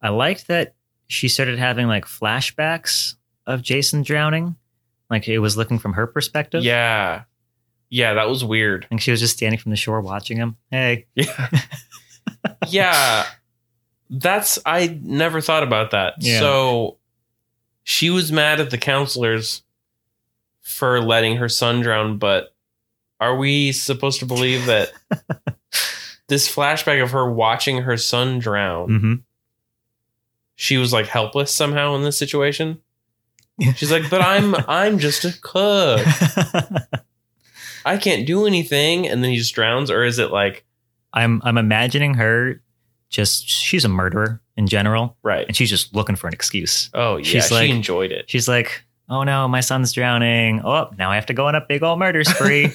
[SPEAKER 1] I liked that she started having like flashbacks of Jason drowning. Like it was looking from her perspective.
[SPEAKER 2] Yeah. Yeah, that was weird.
[SPEAKER 1] And she was just standing from the shore watching him. Hey.
[SPEAKER 2] Yeah. yeah. That's I never thought about that.
[SPEAKER 1] Yeah.
[SPEAKER 2] So she was mad at the counselors for letting her son drown, but are we supposed to believe that this flashback of her watching her son drown
[SPEAKER 1] Mm-hmm.
[SPEAKER 2] she was like helpless somehow in this situation. She's like, but I'm I'm just a cook. I can't do anything, and then he just drowns. Or is it like
[SPEAKER 1] I'm I'm imagining her just she's a murderer in general,
[SPEAKER 2] right?
[SPEAKER 1] and she's just looking for an excuse.
[SPEAKER 2] Oh yeah,
[SPEAKER 1] She's
[SPEAKER 2] she
[SPEAKER 1] like-
[SPEAKER 2] enjoyed it.
[SPEAKER 1] She's like, "Oh no, my son's drowning. Oh, now I have to go on a big old murder spree."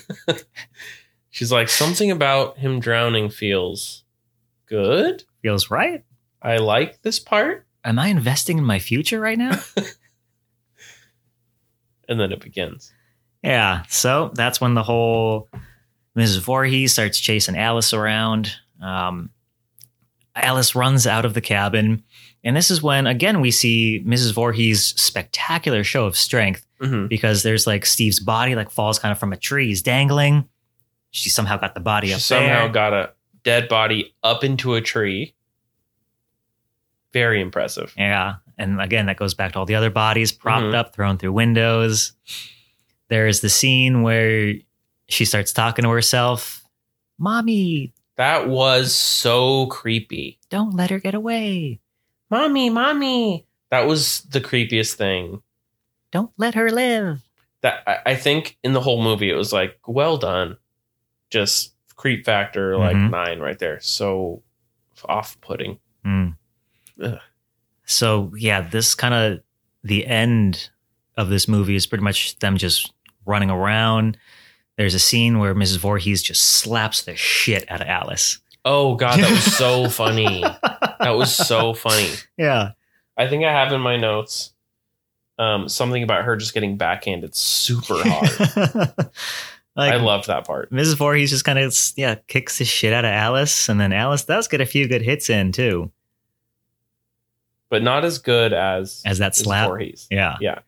[SPEAKER 2] She's like something about him drowning feels good.
[SPEAKER 1] Feels right.
[SPEAKER 2] I like this part,
[SPEAKER 1] Am I investing in my future right now?
[SPEAKER 2] and then it begins.
[SPEAKER 1] yeah. So that's when the whole Mrs. Voorhees starts chasing Alice around. Um, Alice runs out of the cabin, and this is when again we see Mrs. Voorhees' spectacular show of strength.
[SPEAKER 2] Mhm.
[SPEAKER 1] because there's like Steve's body like falls kind of from a tree. He's dangling. She somehow got the body
[SPEAKER 2] She
[SPEAKER 1] up
[SPEAKER 2] somehow
[SPEAKER 1] there.
[SPEAKER 2] got a dead body up into a tree. Very impressive.
[SPEAKER 1] yeah, and again that goes back to all the other bodies propped
[SPEAKER 2] Mhm.
[SPEAKER 1] up, thrown through windows. There is the scene where she starts talking to herself. Mommy,
[SPEAKER 2] That was so creepy.
[SPEAKER 1] don't let her get away.
[SPEAKER 2] mommy, mommy. That was the creepiest thing.
[SPEAKER 1] Don't let her live.
[SPEAKER 2] That I, I think in the whole movie, it was like, well done. Just creep factor like
[SPEAKER 1] Mhm.
[SPEAKER 2] nine right there. So off putting.
[SPEAKER 1] Hmm.
[SPEAKER 2] Ugh.
[SPEAKER 1] So yeah, this kind of the end of this movie is pretty much them just running around. There's a scene where Mrs. Voorhees just slaps the shit out of Alice.
[SPEAKER 2] Oh god, that was so funny. That was so funny.
[SPEAKER 1] Yeah.
[SPEAKER 2] I think I have in my notes um, something about her just getting backhanded super hard.
[SPEAKER 1] like,
[SPEAKER 2] I loved that part.
[SPEAKER 1] Mrs. Voorhees just kind of yeah kicks the shit out of Alice, and then Alice does get a few good hits in too
[SPEAKER 2] But not as good as,
[SPEAKER 1] as that
[SPEAKER 2] as
[SPEAKER 1] slap.
[SPEAKER 2] Voorhees.
[SPEAKER 1] Yeah.
[SPEAKER 2] Yeah.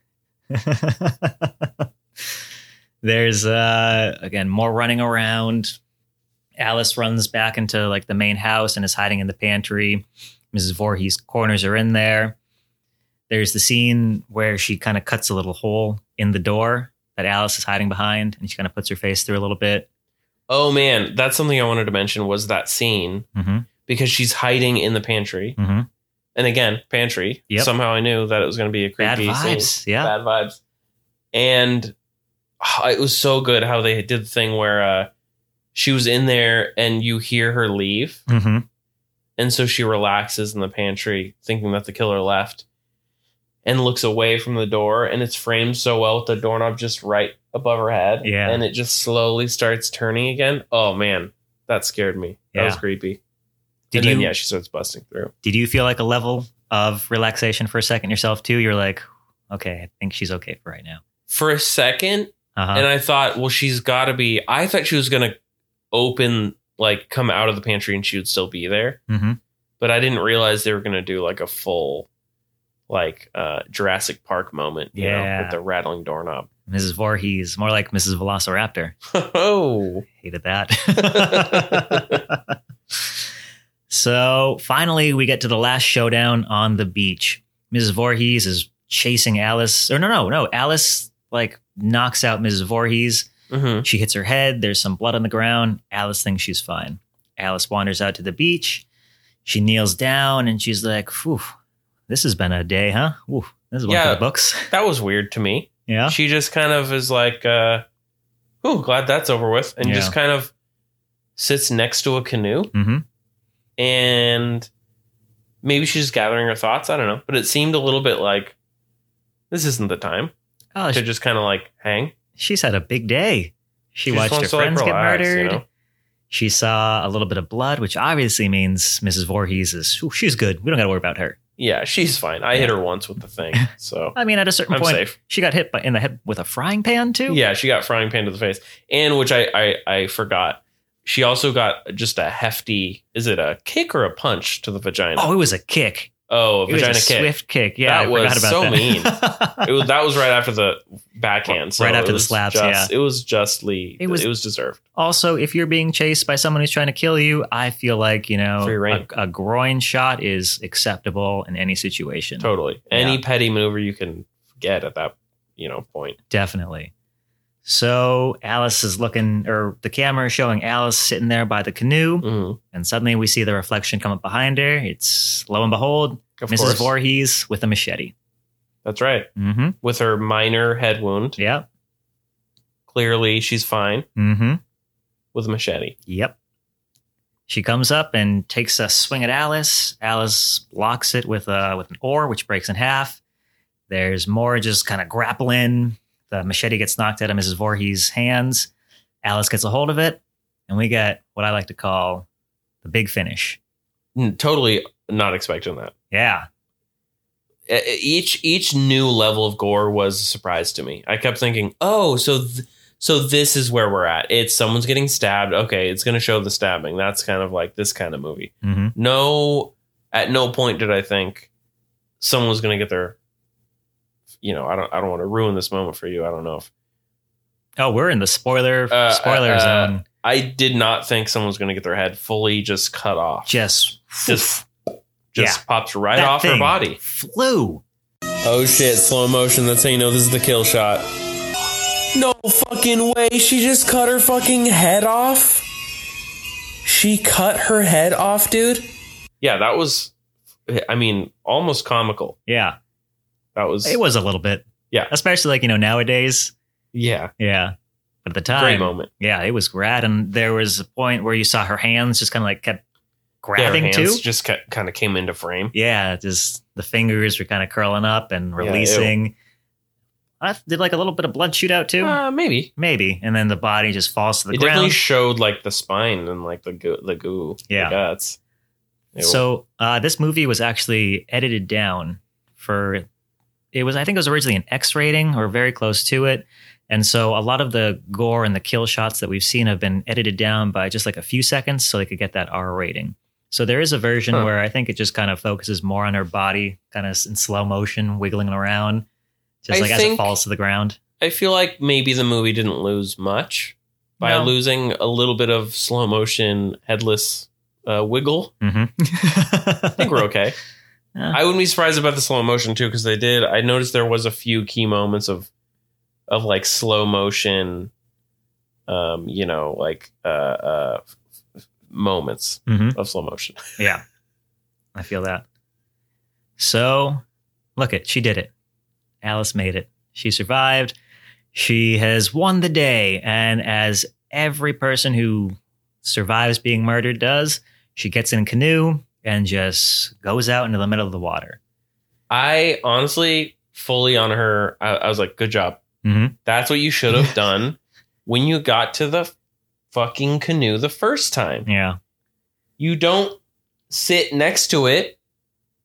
[SPEAKER 1] There's uh again more running around. Alice runs back into like the main house and is hiding in the pantry. Mrs. Voorhees corners her in there. There's the scene where she kind of cuts a little hole in the door that Alice is hiding behind, and she kind of puts her face through a little bit.
[SPEAKER 2] Oh man, that's something I wanted to mention was that scene
[SPEAKER 1] Mm-hmm.
[SPEAKER 2] because she's hiding in the pantry.
[SPEAKER 1] Mm-hmm.
[SPEAKER 2] And again, pantry.
[SPEAKER 1] Yep.
[SPEAKER 2] Somehow I knew that it was going to be a
[SPEAKER 1] Bad
[SPEAKER 2] creepy
[SPEAKER 1] vibes.
[SPEAKER 2] scene.
[SPEAKER 1] Yeah.
[SPEAKER 2] Bad vibes. And ah, it was so good how they did the thing where uh, she was in there and you hear her leave.
[SPEAKER 1] Mm-hmm.
[SPEAKER 2] And so she relaxes in the pantry, thinking that the killer left, and looks away from the door. And it's framed so well with the doorknob just right above her head.
[SPEAKER 1] Yeah.
[SPEAKER 2] And it just slowly starts turning again. Oh, man. That scared me. That was
[SPEAKER 1] Yeah.
[SPEAKER 2] creepy.
[SPEAKER 1] Did
[SPEAKER 2] and
[SPEAKER 1] you
[SPEAKER 2] then, yeah, she starts busting through.
[SPEAKER 1] did you feel like a level of relaxation for a second yourself too? You're like, okay, I think she's okay for right now.
[SPEAKER 2] For a second,
[SPEAKER 1] Uh-huh.
[SPEAKER 2] and I thought, well, she's got to be. I thought she was going to open, like, come out of the pantry and she would still be there.
[SPEAKER 1] hmm
[SPEAKER 2] But I didn't realize they were going to do, like, a full, like, uh Jurassic Park moment, you know,
[SPEAKER 1] Yeah.
[SPEAKER 2] with the rattling doorknob.
[SPEAKER 1] Mrs. Voorhees, more like Mrs. Velociraptor.
[SPEAKER 2] Oh.
[SPEAKER 1] Hated
[SPEAKER 2] Mm-hmm.
[SPEAKER 1] that. so finally, we get to the last showdown on the beach. Mrs. Voorhees is chasing Alice. Or no, no, no. Alice like knocks out Mrs. Voorhees.
[SPEAKER 2] Mm-hmm.
[SPEAKER 1] She hits her head. There's some blood on the ground. Alice thinks she's fine. Alice wanders out to the beach. She kneels down and she's like, Phew, this has been a day, huh? Whew, this is one for
[SPEAKER 2] Yeah.
[SPEAKER 1] the books.
[SPEAKER 2] That was weird to me.
[SPEAKER 1] Yeah.
[SPEAKER 2] She just kind of is like, uh, oh, glad that's over with. And
[SPEAKER 1] Yeah.
[SPEAKER 2] just kind of sits next to a canoe.
[SPEAKER 1] Mm-hmm.
[SPEAKER 2] And maybe she's just gathering her thoughts. I don't know. But it seemed a little bit like this isn't the time
[SPEAKER 1] Oh,
[SPEAKER 2] to
[SPEAKER 1] she,
[SPEAKER 2] just kind of like hang.
[SPEAKER 1] she's had a big day. She,
[SPEAKER 2] just
[SPEAKER 1] watched her
[SPEAKER 2] wants to, like,
[SPEAKER 1] friends
[SPEAKER 2] relax,
[SPEAKER 1] get
[SPEAKER 2] you
[SPEAKER 1] murdered.
[SPEAKER 2] know?
[SPEAKER 1] She saw a little bit of blood, which obviously means Mrs. Voorhees is, "Phew, she's good. We don't got to worry about her.
[SPEAKER 2] Yeah, she's fine. I hit her once with the thing. So
[SPEAKER 1] I mean, at a certain
[SPEAKER 2] I'm
[SPEAKER 1] point,
[SPEAKER 2] safe.
[SPEAKER 1] she got hit by, in the head with a frying pan, too.
[SPEAKER 2] Yeah, she got frying pan to the face, and which I, I I forgot. She also got just a hefty. Is it a kick or a punch to the vagina?
[SPEAKER 1] Oh, it was a kick.
[SPEAKER 2] Oh, a
[SPEAKER 1] it was a
[SPEAKER 2] vagina kick.
[SPEAKER 1] swift kick. Yeah, I
[SPEAKER 2] That was
[SPEAKER 1] forgot about
[SPEAKER 2] so
[SPEAKER 1] that.
[SPEAKER 2] mean.
[SPEAKER 1] mean.
[SPEAKER 2] It was, that was right after the backhand. So
[SPEAKER 1] Right after
[SPEAKER 2] it
[SPEAKER 1] the
[SPEAKER 2] was
[SPEAKER 1] slaps,
[SPEAKER 2] Just, It was justly.
[SPEAKER 1] It
[SPEAKER 2] It
[SPEAKER 1] was-
[SPEAKER 2] was. It was deserved.
[SPEAKER 1] Also, if you're being chased by someone who's trying to kill you, I feel like, you know,
[SPEAKER 2] Free reign.
[SPEAKER 1] a, a groin shot is acceptable in any situation.
[SPEAKER 2] Totally. Any
[SPEAKER 1] Yeah.
[SPEAKER 2] petty maneuver you can get at that you know point.
[SPEAKER 1] Definitely. So Alice is looking, or the camera is showing Alice sitting there by the canoe,
[SPEAKER 2] Mhm.
[SPEAKER 1] and suddenly we see the reflection come up behind her. It's lo and behold,
[SPEAKER 2] Of
[SPEAKER 1] Mrs.
[SPEAKER 2] course.
[SPEAKER 1] Voorhees with a machete.
[SPEAKER 2] That's right.
[SPEAKER 1] Mm-hmm.
[SPEAKER 2] With her minor head wound,
[SPEAKER 1] Yep.
[SPEAKER 2] clearly she's fine
[SPEAKER 1] Mm-hmm.
[SPEAKER 2] with a machete.
[SPEAKER 1] Yep. She comes up and takes a swing at Alice. Alice blocks it with a with an oar, which breaks in half. There's more just kind of grappling. The machete gets knocked out of Mrs. Voorhees' hands. Alice gets a hold of it, and we get what I like to call the big finish.
[SPEAKER 2] Mm, Totally not expecting that.
[SPEAKER 1] Yeah.
[SPEAKER 2] Uh, each each new level of gore was a surprise to me. I kept thinking, "Oh, so th- so this is where we're at. It's someone's getting stabbed. Okay, it's going to show the stabbing. That's kind of like this kind of movie."
[SPEAKER 1] Mm-hmm.
[SPEAKER 2] No, at no point did I think someone was going to get their you know, I don't I don't want to ruin this moment for you. I don't know if
[SPEAKER 1] Oh, we're in the spoiler
[SPEAKER 2] Uh,
[SPEAKER 1] spoiler
[SPEAKER 2] uh, uh,
[SPEAKER 1] zone.
[SPEAKER 2] I did not think someone's going to get their head fully just cut off.
[SPEAKER 1] Just,
[SPEAKER 2] just just pops right
[SPEAKER 1] That
[SPEAKER 2] off
[SPEAKER 1] thing
[SPEAKER 2] her body.
[SPEAKER 1] flew.
[SPEAKER 2] Oh shit, slow motion. That's how you know this is the kill shot. No fucking way. She just cut her fucking head off. She cut her head off, dude. Yeah, that was, I mean, almost comical.
[SPEAKER 1] Yeah.
[SPEAKER 2] That was,
[SPEAKER 1] It was a little bit.
[SPEAKER 2] Yeah.
[SPEAKER 1] Especially like, you know, nowadays.
[SPEAKER 2] yeah,
[SPEAKER 1] Yeah. But at the time,
[SPEAKER 2] great moment.
[SPEAKER 1] Yeah, it was rad. And there was a point where you saw her hands just kind of like kept grabbing
[SPEAKER 2] yeah, her
[SPEAKER 1] too.
[SPEAKER 2] hands just kind of came into frame.
[SPEAKER 1] Yeah, just the fingers were kind of curling up and
[SPEAKER 2] Yeah, ew.
[SPEAKER 1] releasing. Uh, did like a little bit of blood shootout too?
[SPEAKER 2] Uh, maybe.
[SPEAKER 1] Maybe. And then the body just falls to the
[SPEAKER 2] it definitely
[SPEAKER 1] ground.
[SPEAKER 2] showed like the spine and like the goo, the goo,
[SPEAKER 1] Yeah.
[SPEAKER 2] the guts. It was-
[SPEAKER 1] So uh, this movie was actually edited down for it was I think it was originally an X rating or very close to it, and so a lot of the gore and the kill shots that we've seen have been edited down by just like a few seconds so they could get that R rating. So there is a version
[SPEAKER 2] Huh.
[SPEAKER 1] where I think it just kind of focuses more on her body, kind of in slow motion, wiggling around, just
[SPEAKER 2] I
[SPEAKER 1] like as it
[SPEAKER 2] think-
[SPEAKER 1] falls to the ground.
[SPEAKER 2] I feel like maybe the movie didn't lose much by
[SPEAKER 1] No.
[SPEAKER 2] losing a little bit of slow motion headless uh, wiggle.
[SPEAKER 1] hmm
[SPEAKER 2] I think we're okay.
[SPEAKER 1] Yeah.
[SPEAKER 2] I wouldn't be surprised about the slow motion too because they did. I noticed there was a few key moments of of like slow motion, um, you know, like uh, uh, moments
[SPEAKER 1] Mhm.
[SPEAKER 2] of slow motion.
[SPEAKER 1] Yeah. I feel that. So, look it, she did it. Alice made it. She survived. She has won the day. And as every person who survives being murdered does, she gets in a canoe and just goes out into the middle of the water.
[SPEAKER 2] I honestly fully on her. I, I was like, good job.
[SPEAKER 1] Mhm.
[SPEAKER 2] That's what you should have done when you got to the fucking canoe the first time.
[SPEAKER 1] Yeah.
[SPEAKER 2] You don't sit next to it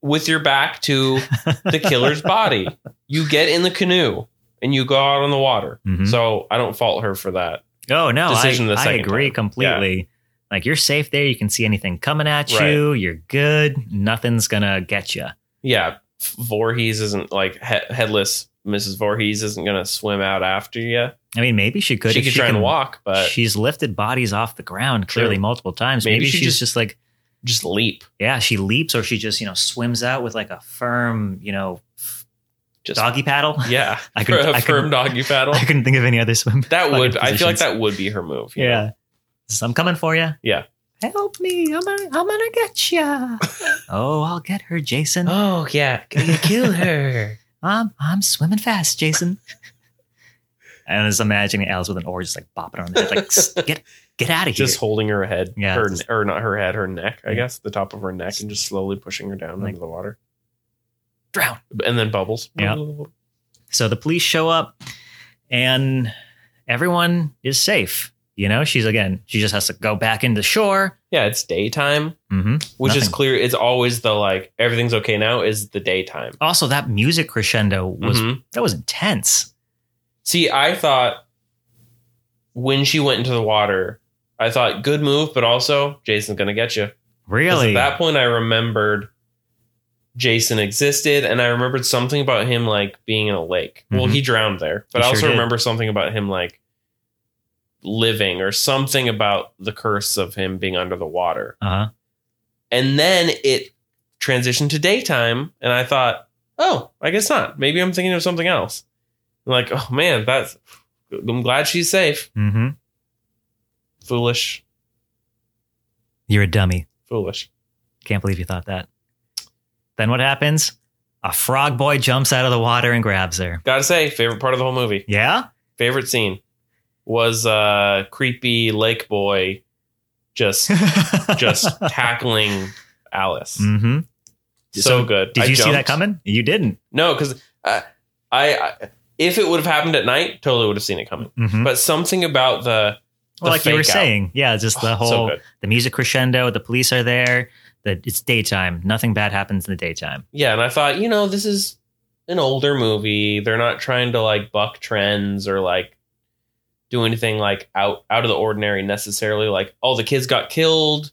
[SPEAKER 2] with your back to the killer's body. You get in the canoe and you go out on the water.
[SPEAKER 1] Mhm.
[SPEAKER 2] So I don't fault her for that.
[SPEAKER 1] Oh no,
[SPEAKER 2] decision
[SPEAKER 1] I,
[SPEAKER 2] the
[SPEAKER 1] I
[SPEAKER 2] second
[SPEAKER 1] agree
[SPEAKER 2] time.
[SPEAKER 1] completely. Like you're safe there. You can see anything coming at
[SPEAKER 2] Right.
[SPEAKER 1] you. You're good. Nothing's gonna get you.
[SPEAKER 2] Yeah, F- Voorhees isn't like he- headless. Mrs. Voorhees isn't gonna swim out after you.
[SPEAKER 1] I mean, maybe she could.
[SPEAKER 2] She
[SPEAKER 1] if
[SPEAKER 2] could try and
[SPEAKER 1] can-
[SPEAKER 2] walk, but
[SPEAKER 1] she's lifted bodies off the ground
[SPEAKER 2] True.
[SPEAKER 1] clearly multiple times. Maybe,
[SPEAKER 2] Maybe she
[SPEAKER 1] she's just,
[SPEAKER 2] just-
[SPEAKER 1] like,
[SPEAKER 2] just leap.
[SPEAKER 1] yeah, she leaps or she just, you know, swims out with like a firm, you know,
[SPEAKER 2] Just
[SPEAKER 1] doggy paddle.
[SPEAKER 2] Yeah,
[SPEAKER 1] I
[SPEAKER 2] for
[SPEAKER 1] could-
[SPEAKER 2] a
[SPEAKER 1] I could-
[SPEAKER 2] firm doggy paddle.
[SPEAKER 1] I couldn't think of any other swim.
[SPEAKER 2] That
[SPEAKER 1] fucking
[SPEAKER 2] would. I feel like
[SPEAKER 1] positions.
[SPEAKER 2] that would be her move. you
[SPEAKER 1] Yeah.
[SPEAKER 2] know?
[SPEAKER 1] So I'm coming for you.
[SPEAKER 2] Yeah.
[SPEAKER 1] Help me. I'm gonna, I'm gonna get ya. oh, I'll get her, Jason.
[SPEAKER 2] Oh yeah, gonna kill her.
[SPEAKER 1] I'm, I'm swimming fast, Jason. and I was imagining Alice with an oar just like bopping her on the head, like, "S- get, get out of here.
[SPEAKER 2] Just holding her head.
[SPEAKER 1] Yeah,
[SPEAKER 2] Her,
[SPEAKER 1] just-
[SPEAKER 2] or not her head. Her neck. I
[SPEAKER 1] Yeah.
[SPEAKER 2] guess the top of her neck, and just slowly pushing her down
[SPEAKER 1] Like-
[SPEAKER 2] into the water,
[SPEAKER 1] drown.
[SPEAKER 2] and then bubbles.
[SPEAKER 1] Yeah. So the police show up and everyone is safe. You know, she's again, she just has to go back into shore.
[SPEAKER 2] Yeah, it's daytime,
[SPEAKER 1] hmm
[SPEAKER 2] which is
[SPEAKER 1] Nothing.
[SPEAKER 2] clear. It's always the like everything's okay now is the daytime.
[SPEAKER 1] Also, that music crescendo was
[SPEAKER 2] Mhm.
[SPEAKER 1] that was intense.
[SPEAKER 2] See, I thought when she went into the water, I thought good move, but also Jason's gonna get you. 'Cause
[SPEAKER 1] Really?
[SPEAKER 2] At that point, I remembered Jason existed, and I remembered something about him like being in a lake. Well,
[SPEAKER 1] Mhm.
[SPEAKER 2] he drowned there, but
[SPEAKER 1] He
[SPEAKER 2] I
[SPEAKER 1] sure
[SPEAKER 2] also
[SPEAKER 1] did.
[SPEAKER 2] remember something about him like living or something about the curse of him being under the water.
[SPEAKER 1] uh-huh.
[SPEAKER 2] And then it transitioned to daytime, and I thought, oh, I guess not. Maybe I'm thinking of something else. I'm like, oh man, that's. I'm glad she's safe.
[SPEAKER 1] hmm
[SPEAKER 2] Foolish,
[SPEAKER 1] You're a dummy.
[SPEAKER 2] foolish.
[SPEAKER 1] Can't believe you thought that. Then what happens? A frog boy jumps out of the water and grabs her.
[SPEAKER 2] Gotta say, favorite part of the whole movie.
[SPEAKER 1] Yeah?
[SPEAKER 2] favorite scene was uh creepy lake boy just just tackling Alice.
[SPEAKER 1] hmm
[SPEAKER 2] So,
[SPEAKER 1] So
[SPEAKER 2] good.
[SPEAKER 1] Did
[SPEAKER 2] I
[SPEAKER 1] you see that
[SPEAKER 2] jumped.
[SPEAKER 1] coming? You didn't.
[SPEAKER 2] No, because uh, I, I if it would have happened at night, totally would have seen it coming.
[SPEAKER 1] hmm
[SPEAKER 2] But something about the, the
[SPEAKER 1] Well, like you
[SPEAKER 2] fake
[SPEAKER 1] were
[SPEAKER 2] out.
[SPEAKER 1] saying, yeah, just the
[SPEAKER 2] Oh,
[SPEAKER 1] whole
[SPEAKER 2] so good.
[SPEAKER 1] the music crescendo, the police are there, the, it's daytime. Nothing bad happens in the daytime.
[SPEAKER 2] yeah, and I thought you know this is an older movie. They're not trying to like buck trends or like do anything like out out of the ordinary necessarily. Like oh, the kids got killed.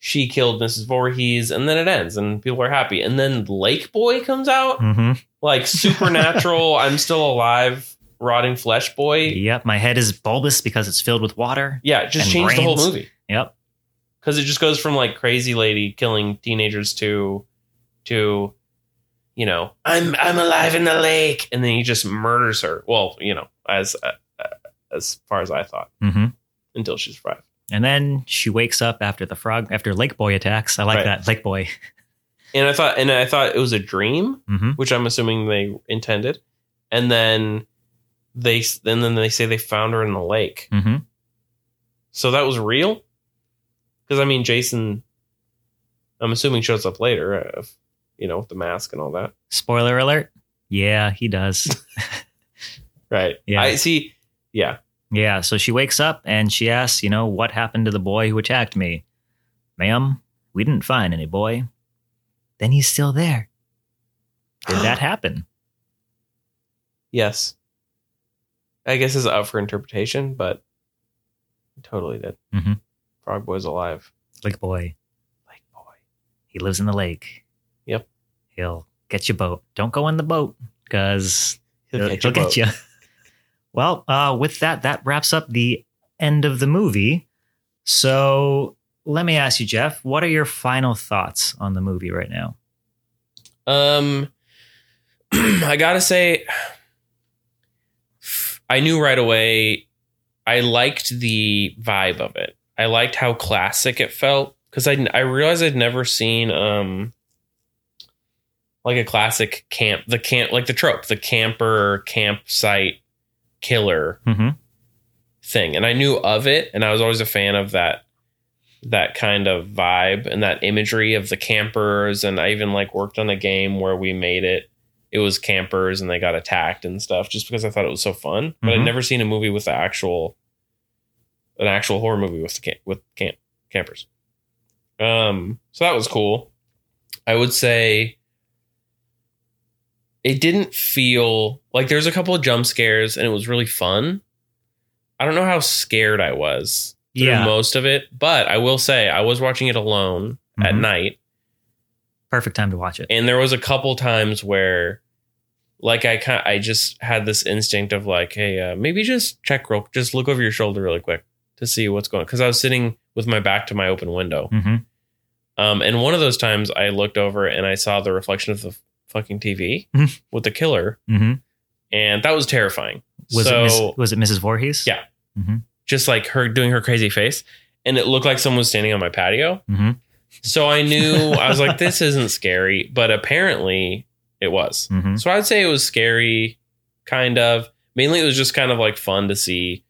[SPEAKER 2] She killed Mrs. Voorhees, and then it ends, and people are happy. And then Lake Boy comes out,
[SPEAKER 1] Mm-hmm.
[SPEAKER 2] like supernatural. I'm still alive, rotting flesh boy.
[SPEAKER 1] Yep. My head is bulbous because it's filled with water.
[SPEAKER 2] Yeah, it just
[SPEAKER 1] And
[SPEAKER 2] changed the whole
[SPEAKER 1] brains.
[SPEAKER 2] movie
[SPEAKER 1] Yep.
[SPEAKER 2] because it just goes from like crazy lady killing teenagers to to you know i'm i'm alive in the lake and then he just murders her well you know as uh, uh, as far as i thought
[SPEAKER 1] Mm-hmm.
[SPEAKER 2] until she's five
[SPEAKER 1] And then she wakes up after the frog, after Lake Boy attacks. I like
[SPEAKER 2] Right.
[SPEAKER 1] that Lake Boy.
[SPEAKER 2] and i thought and i thought it was a dream
[SPEAKER 1] Mm-hmm.
[SPEAKER 2] which i'm assuming they intended and then they and then they say they found her in the lake
[SPEAKER 1] Mm-hmm.
[SPEAKER 2] so that was real because i mean jason i'm assuming shows up later uh, you know with the mask and all that
[SPEAKER 1] Spoiler alert. Yeah, he does.
[SPEAKER 2] Right.
[SPEAKER 1] Yeah.
[SPEAKER 2] I see. Yeah.
[SPEAKER 1] Yeah. So she wakes up and she asks, you know, what happened to the boy who attacked me? Ma'am, we didn't find any boy. Then he's still there. Did that happen?
[SPEAKER 2] Yes. I guess it's up for interpretation, but it totally did.
[SPEAKER 1] Mhm.
[SPEAKER 2] Frog Boy's alive.
[SPEAKER 1] Like, boy,
[SPEAKER 2] Like boy.
[SPEAKER 1] he lives in the lake.
[SPEAKER 2] Yep.
[SPEAKER 1] He'll get your boat. Don't go in the boat because
[SPEAKER 2] He'll,
[SPEAKER 1] He'll-
[SPEAKER 2] get,
[SPEAKER 1] he'll
[SPEAKER 2] you,
[SPEAKER 1] get you. well, uh, with that, that wraps up the end of the movie. So let me ask you, Jeff, what are your final thoughts on the movie right now?
[SPEAKER 2] Um, I gotta say, I knew right away. I liked the vibe of it. I liked how classic it felt because I I realized I'd never seen um like a classic camp the camp like the trope the camper campsite killer
[SPEAKER 1] Mm-hmm.
[SPEAKER 2] thing and i knew of it and i was always a fan of that that kind of vibe and that imagery of the campers and i even like worked on a game where we made it it was campers and they got attacked and stuff just because i thought it was so fun but
[SPEAKER 1] Mhm.
[SPEAKER 2] i'd never seen a movie with the actual an actual horror movie with the camp with camp campers um so that was cool i would say it didn't feel like there's a couple of jump scares and it was really fun i don't know how scared i was through
[SPEAKER 1] Yeah.
[SPEAKER 2] most of it but i will say i was watching it alone at
[SPEAKER 1] Mhm.
[SPEAKER 2] night
[SPEAKER 1] Perfect time to watch it.
[SPEAKER 2] and there was a couple times where like i kind i just had this instinct of like hey uh, maybe just check real just look over your shoulder really quick to see what's going on because i was sitting with my back to my open window
[SPEAKER 1] Mm-hmm.
[SPEAKER 2] um, and one of those times i looked over and i saw the reflection of the fucking tv
[SPEAKER 1] Mhm.
[SPEAKER 2] with the killer
[SPEAKER 1] Mm-hmm.
[SPEAKER 2] and that was terrifying
[SPEAKER 1] Was,
[SPEAKER 2] so
[SPEAKER 1] it Miss, was it Mrs. Voorhees?
[SPEAKER 2] Yeah. just like her doing her crazy face and it looked like someone was standing on my patio
[SPEAKER 1] Mm-hmm.
[SPEAKER 2] so i knew i was like this isn't scary but apparently it was
[SPEAKER 1] Mm-hmm.
[SPEAKER 2] So I'd say it was scary, kind of. Mainly, it was just kind of like fun to see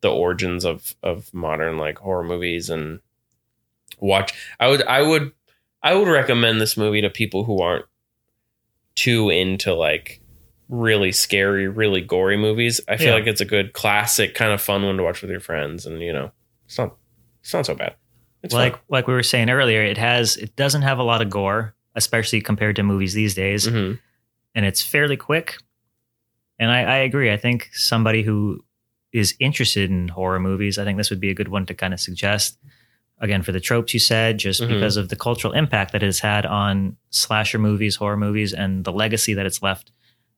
[SPEAKER 2] the origins of of modern like horror movies and watch. I would I would I would recommend this movie to people who aren't too into like really scary, really gory movies. I feel
[SPEAKER 1] Yeah.
[SPEAKER 2] like it's a good classic, kind of fun one to watch with your friends, and you know, it's not it's not so bad. It's
[SPEAKER 1] like
[SPEAKER 2] fun.
[SPEAKER 1] like we were saying earlier, it has it doesn't have a lot of gore, especially compared to movies these days.
[SPEAKER 2] Mhm.
[SPEAKER 1] and it's fairly quick. And I, I agree. I think somebody who is interested in horror movies, I think this would be a good one to kind of suggest. Again, for the tropes you said, just
[SPEAKER 2] Mhm.
[SPEAKER 1] because of the cultural impact that it has had on slasher movies, horror movies, and the legacy that it's left.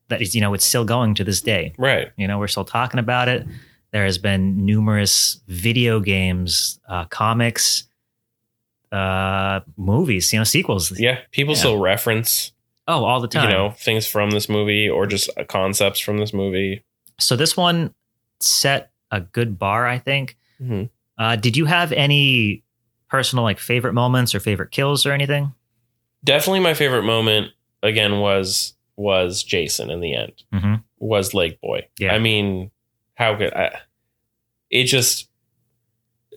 [SPEAKER 1] That is, you know, it's still going to this day.
[SPEAKER 2] right.
[SPEAKER 1] You know, we're still talking about it. There has been numerous video games, uh, comics, uh, movies, you know, sequels.
[SPEAKER 2] Yeah, people
[SPEAKER 1] Yeah.
[SPEAKER 2] still reference
[SPEAKER 1] Oh, all the time.
[SPEAKER 2] you know things from this movie or just uh, concepts from this movie
[SPEAKER 1] So this one set a good bar, I think.
[SPEAKER 2] Mhm.
[SPEAKER 1] Uh, did you have any personal like favorite moments or favorite kills or anything?
[SPEAKER 2] definitely my favorite moment again was was jason in the end
[SPEAKER 1] Mhm.
[SPEAKER 2] was lake boy
[SPEAKER 1] Yeah.
[SPEAKER 2] i mean how could i it just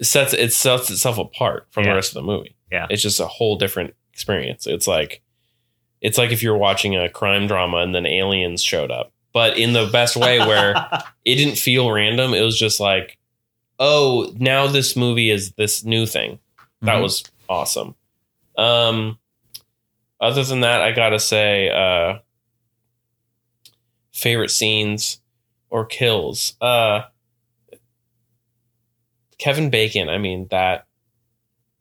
[SPEAKER 2] sets it sets itself apart from
[SPEAKER 1] Yeah.
[SPEAKER 2] the rest of the movie
[SPEAKER 1] Yeah.
[SPEAKER 2] it's just a whole different experience it's like it's like if you're watching a crime drama and then aliens showed up but in the best way where it didn't feel random. It was just like, oh, now this movie is this new thing. That
[SPEAKER 1] Mhm.
[SPEAKER 2] was awesome. Um, other than that, I gotta say, uh, favorite scenes or kills. Uh, Kevin Bacon. I mean that.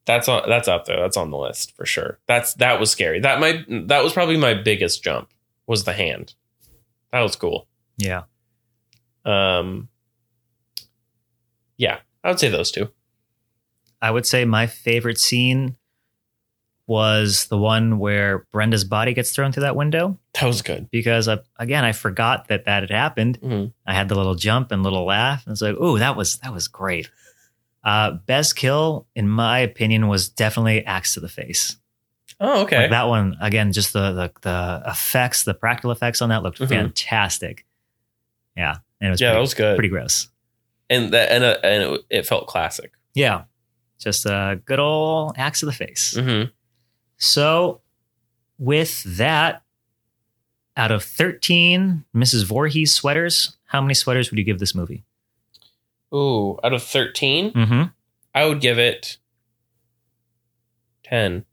[SPEAKER 2] That's on. That's up there. That's on the list for sure. That's that was scary. That might. That was probably my biggest jump. Was the hand. That was cool.
[SPEAKER 1] yeah.
[SPEAKER 2] Um, yeah, I would say those two.
[SPEAKER 1] I would say my favorite scene was the one where Brenda's body gets thrown through that window
[SPEAKER 2] That was good.
[SPEAKER 1] because I, again I forgot that that had happened.
[SPEAKER 2] Mhm.
[SPEAKER 1] I had the little jump and little laugh and it's like, "Oh, that was that was great." Uh, best kill in my opinion was definitely axe to the face.
[SPEAKER 2] Oh, okay.
[SPEAKER 1] Like that one again, just the the, the effects, the practical effects on that looked
[SPEAKER 2] Mhm.
[SPEAKER 1] fantastic. Yeah, and it was
[SPEAKER 2] yeah, that
[SPEAKER 1] pretty,
[SPEAKER 2] was good.
[SPEAKER 1] pretty gross.
[SPEAKER 2] and that and, uh, and it, it felt classic.
[SPEAKER 1] Yeah, just a good old axe to the face.
[SPEAKER 2] Mm-hmm.
[SPEAKER 1] So, with that, out of thirteen Mrs. Voorhees sweaters, How many sweaters would you give this movie?
[SPEAKER 2] Ooh, out of 13,
[SPEAKER 1] Mm-hmm.
[SPEAKER 2] I would give it 10.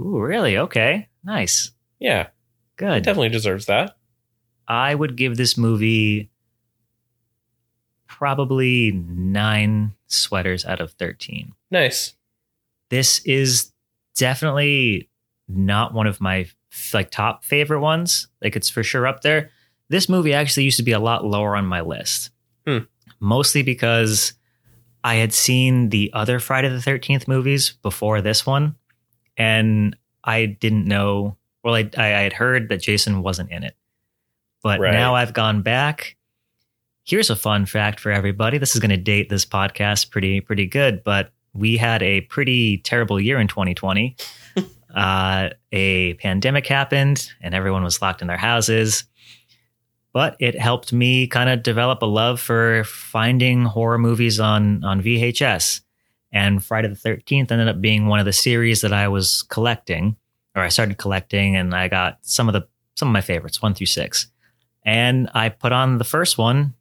[SPEAKER 1] Ooh, really? Okay. Nice.
[SPEAKER 2] Yeah, it
[SPEAKER 1] Good.
[SPEAKER 2] definitely deserves that.
[SPEAKER 1] I would give this movie probably nine sweaters out of 13.
[SPEAKER 2] Nice.
[SPEAKER 1] This is definitely not one of my like top favorite ones. Like it's for sure up there. This movie actually used to be a lot lower on my list.
[SPEAKER 2] Hmm.
[SPEAKER 1] Mostly because I had seen the other Friday the 13th movies before this one and I didn't know well I I I had heard that Jason wasn't in it. But
[SPEAKER 2] Right.
[SPEAKER 1] now I've gone back. Here's a fun fact for everybody. This is going to date this podcast pretty pretty good, but we had a pretty terrible year in 2020 uh, a pandemic happened and everyone was locked in their houses. But it helped me kind of develop a love for finding horror movies on on VHS. And Friday the 13th ended up being one of the series that I was collecting, or I started collecting, and I got some of the some of my favorites, one through six. And I put on the first one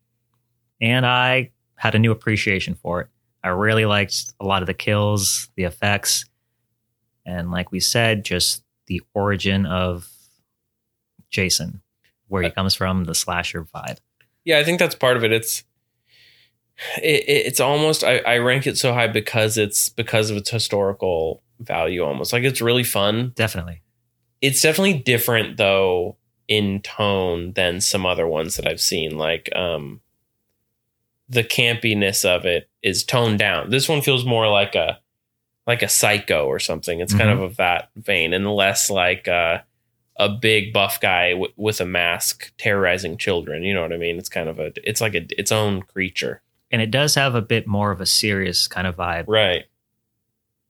[SPEAKER 1] and I had a new appreciation for it. I really liked a lot of the kills, the effects, and like we said, just the origin of Jason, where he comes from, the slasher vibe.
[SPEAKER 2] Yeah, I think that's part of it. It's it, it- it's almost I, I rank it so high because it's because of its historical value almost. Like it's really fun.
[SPEAKER 1] Definitely.
[SPEAKER 2] It's definitely different though in tone than some other ones that I've seen. Like um the campiness of it is toned down. This one feels more like a like a psycho or something. It's kind of of that vein and less like uh a big buff guy w- with a mask terrorizing children. You know what I mean? It's kind of a, it's like a, its own creature.
[SPEAKER 1] And it does have a bit more of a serious kind of vibe.
[SPEAKER 2] Right.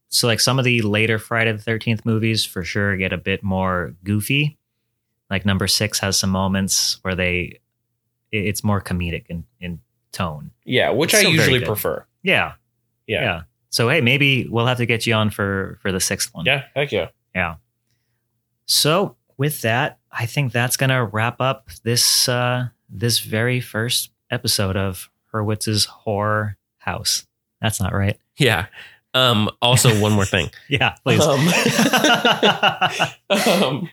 [SPEAKER 1] So, like some of the later Friday the 13th movies for sure get a bit more goofy. Like number six has some moments where they, it- it's more comedic in, in tone.
[SPEAKER 2] Yeah. Which
[SPEAKER 1] It's
[SPEAKER 2] I
[SPEAKER 1] still very
[SPEAKER 2] usually
[SPEAKER 1] good.
[SPEAKER 2] prefer.
[SPEAKER 1] Yeah.
[SPEAKER 2] Yeah.
[SPEAKER 1] Yeah. So, hey, maybe we'll have to get you on for for the sixth one.
[SPEAKER 2] Yeah. Heck yeah.
[SPEAKER 1] So with that, I think that's gonna wrap up this uh, this very first episode of Hurwitz's Horror House. That's not right.
[SPEAKER 2] Yeah. Um, also one more thing.
[SPEAKER 1] Yeah, please.
[SPEAKER 2] Oh. Um, um,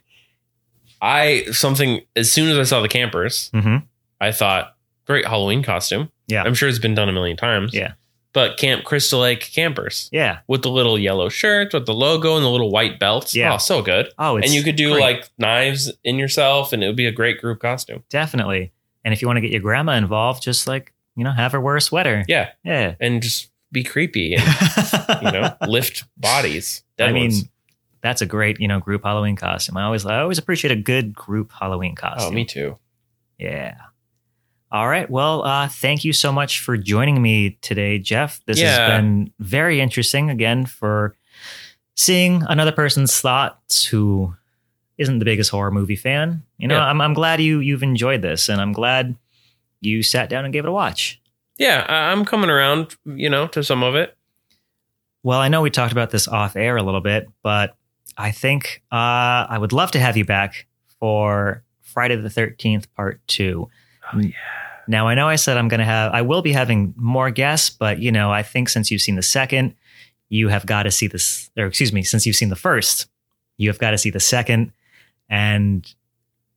[SPEAKER 2] I, something, as soon as I saw the campers,
[SPEAKER 1] hmm
[SPEAKER 2] I thought, great Halloween costume.
[SPEAKER 1] Yeah.
[SPEAKER 2] I'm sure it's been done a million times.
[SPEAKER 1] Yeah.
[SPEAKER 2] But Camp Crystal Lake campers
[SPEAKER 1] Yeah.
[SPEAKER 2] with the little yellow shirts, with the logo and the little white belts.
[SPEAKER 1] Yeah.
[SPEAKER 2] Oh, so good.
[SPEAKER 1] Oh, it's
[SPEAKER 2] and you could do
[SPEAKER 1] great.
[SPEAKER 2] like knives in yourself, and it would be a great group costume.
[SPEAKER 1] definitely. And if you want to get your grandma involved, just like you know, have her wear a sweater.
[SPEAKER 2] Yeah,
[SPEAKER 1] Yeah.
[SPEAKER 2] and just be creepy and you know lift bodies. Dead
[SPEAKER 1] I mean,
[SPEAKER 2] ones.
[SPEAKER 1] that's a great you know group Halloween costume. I always I always appreciate a good group Halloween
[SPEAKER 2] oh,
[SPEAKER 1] costume.
[SPEAKER 2] me too.
[SPEAKER 1] Yeah. All right. Well, uh, thank you so much for joining me today, Jeff. This
[SPEAKER 2] Yeah.
[SPEAKER 1] has been very interesting again for seeing another person's thoughts who isn't the biggest horror movie fan. You know,
[SPEAKER 2] Yeah.
[SPEAKER 1] I'm, I'm glad you you've enjoyed this, and I'm glad you sat down and gave it a watch.
[SPEAKER 2] Yeah, I, I'm coming around, you know, to some of it.
[SPEAKER 1] Well, I know we talked about this off air a little bit, but I think uh, I would love to have you back for Friday the 13th, part two.
[SPEAKER 2] Oh, yeah.
[SPEAKER 1] Now, I know I said I'm going to have, I will be having more guests, but you know, I think since you've seen the second, you have got to see this, or excuse me, since you've seen the first, you have got to see the second. And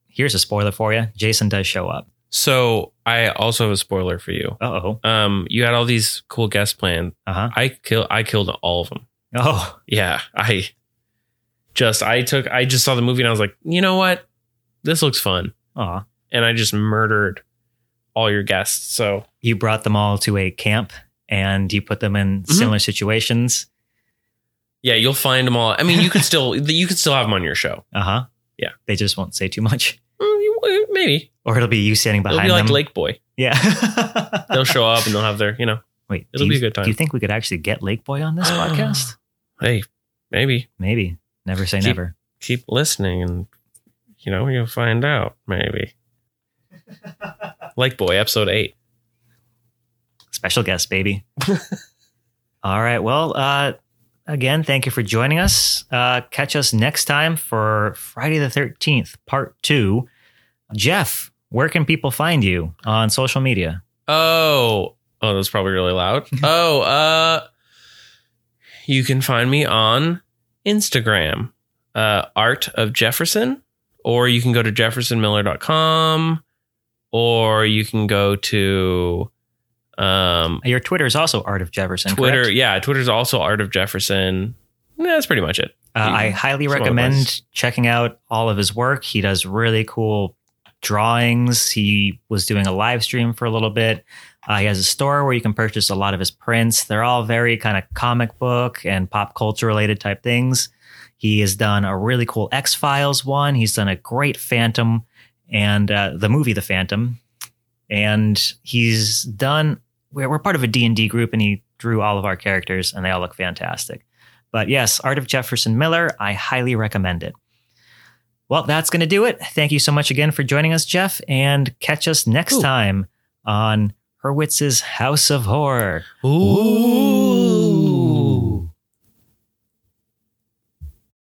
[SPEAKER 1] here's a spoiler for you Jason does show up.
[SPEAKER 2] So I also have a spoiler for you.
[SPEAKER 1] Uh oh.
[SPEAKER 2] Um, you had all these cool guest planned.
[SPEAKER 1] Uh huh.
[SPEAKER 2] I kill. I killed all of them.
[SPEAKER 1] Oh,
[SPEAKER 2] yeah i just i took i just saw the movie and i was like you know what this looks fun
[SPEAKER 1] aw.
[SPEAKER 2] and i just murdered all your guests so
[SPEAKER 1] you brought them all to a camp and you put them in
[SPEAKER 2] Mhm.
[SPEAKER 1] similar situations.
[SPEAKER 2] yeah you'll find them all i mean you could still you could still have them on your show
[SPEAKER 1] Uh huh.
[SPEAKER 2] Yeah.
[SPEAKER 1] They just won't say too much,
[SPEAKER 2] Mm, you- maybe
[SPEAKER 1] or it'll be you standing
[SPEAKER 2] it'll
[SPEAKER 1] behind
[SPEAKER 2] be like
[SPEAKER 1] them.
[SPEAKER 2] lake boy
[SPEAKER 1] yeah.
[SPEAKER 2] they'll show up and they'll have their you know
[SPEAKER 1] Wait.
[SPEAKER 2] it'll
[SPEAKER 1] do
[SPEAKER 2] be
[SPEAKER 1] you-
[SPEAKER 2] a good time.
[SPEAKER 1] Do you think we could actually get Lake Boy on this podcast?
[SPEAKER 2] hey maybe
[SPEAKER 1] Maybe. Never say
[SPEAKER 2] Keep-
[SPEAKER 1] never.
[SPEAKER 2] keep listening and you know you'll find out maybe lake boy episode 8
[SPEAKER 1] Special guest, baby. all right. Well, uh, again, thank you for joining us. Uh, catch us next time for Friday the Thirteenth, Part Two. Jeff, Where can people find you on social media?
[SPEAKER 2] Oh, oh, that's probably really loud. oh, uh, you can find me on Instagram, uh, Art of Jefferson, or you can go to jeffersonmiller.com, or you can go to um,
[SPEAKER 1] Your Twitter is also Art of Jefferson.
[SPEAKER 2] Twitter.
[SPEAKER 1] correct?
[SPEAKER 2] Yeah, Twitter's also Art of Jefferson. Yeah, that's pretty much it.
[SPEAKER 1] Uh, I highly
[SPEAKER 2] It's one of
[SPEAKER 1] recommend
[SPEAKER 2] us.
[SPEAKER 1] checking out all of his work. He does really cool drawings. He was doing a live stream for a little bit. Uh, he has a store where you can purchase a lot of his prints. They're all very kind of comic book and pop culture related type things. He has done a really cool X Files one. He's done a great Phantom and uh, the movie The Phantom. And he's done. We're, we're part of a D and D group, and he drew all of our characters, and they all look fantastic. But yes, Art of Jefferson Miller, I highly recommend it. Well, that's going to do it. Thank you so much again for joining us, Jeff, and catch us next
[SPEAKER 2] Cool.
[SPEAKER 1] time on Hurwitz's House of Horror.
[SPEAKER 2] Ooh.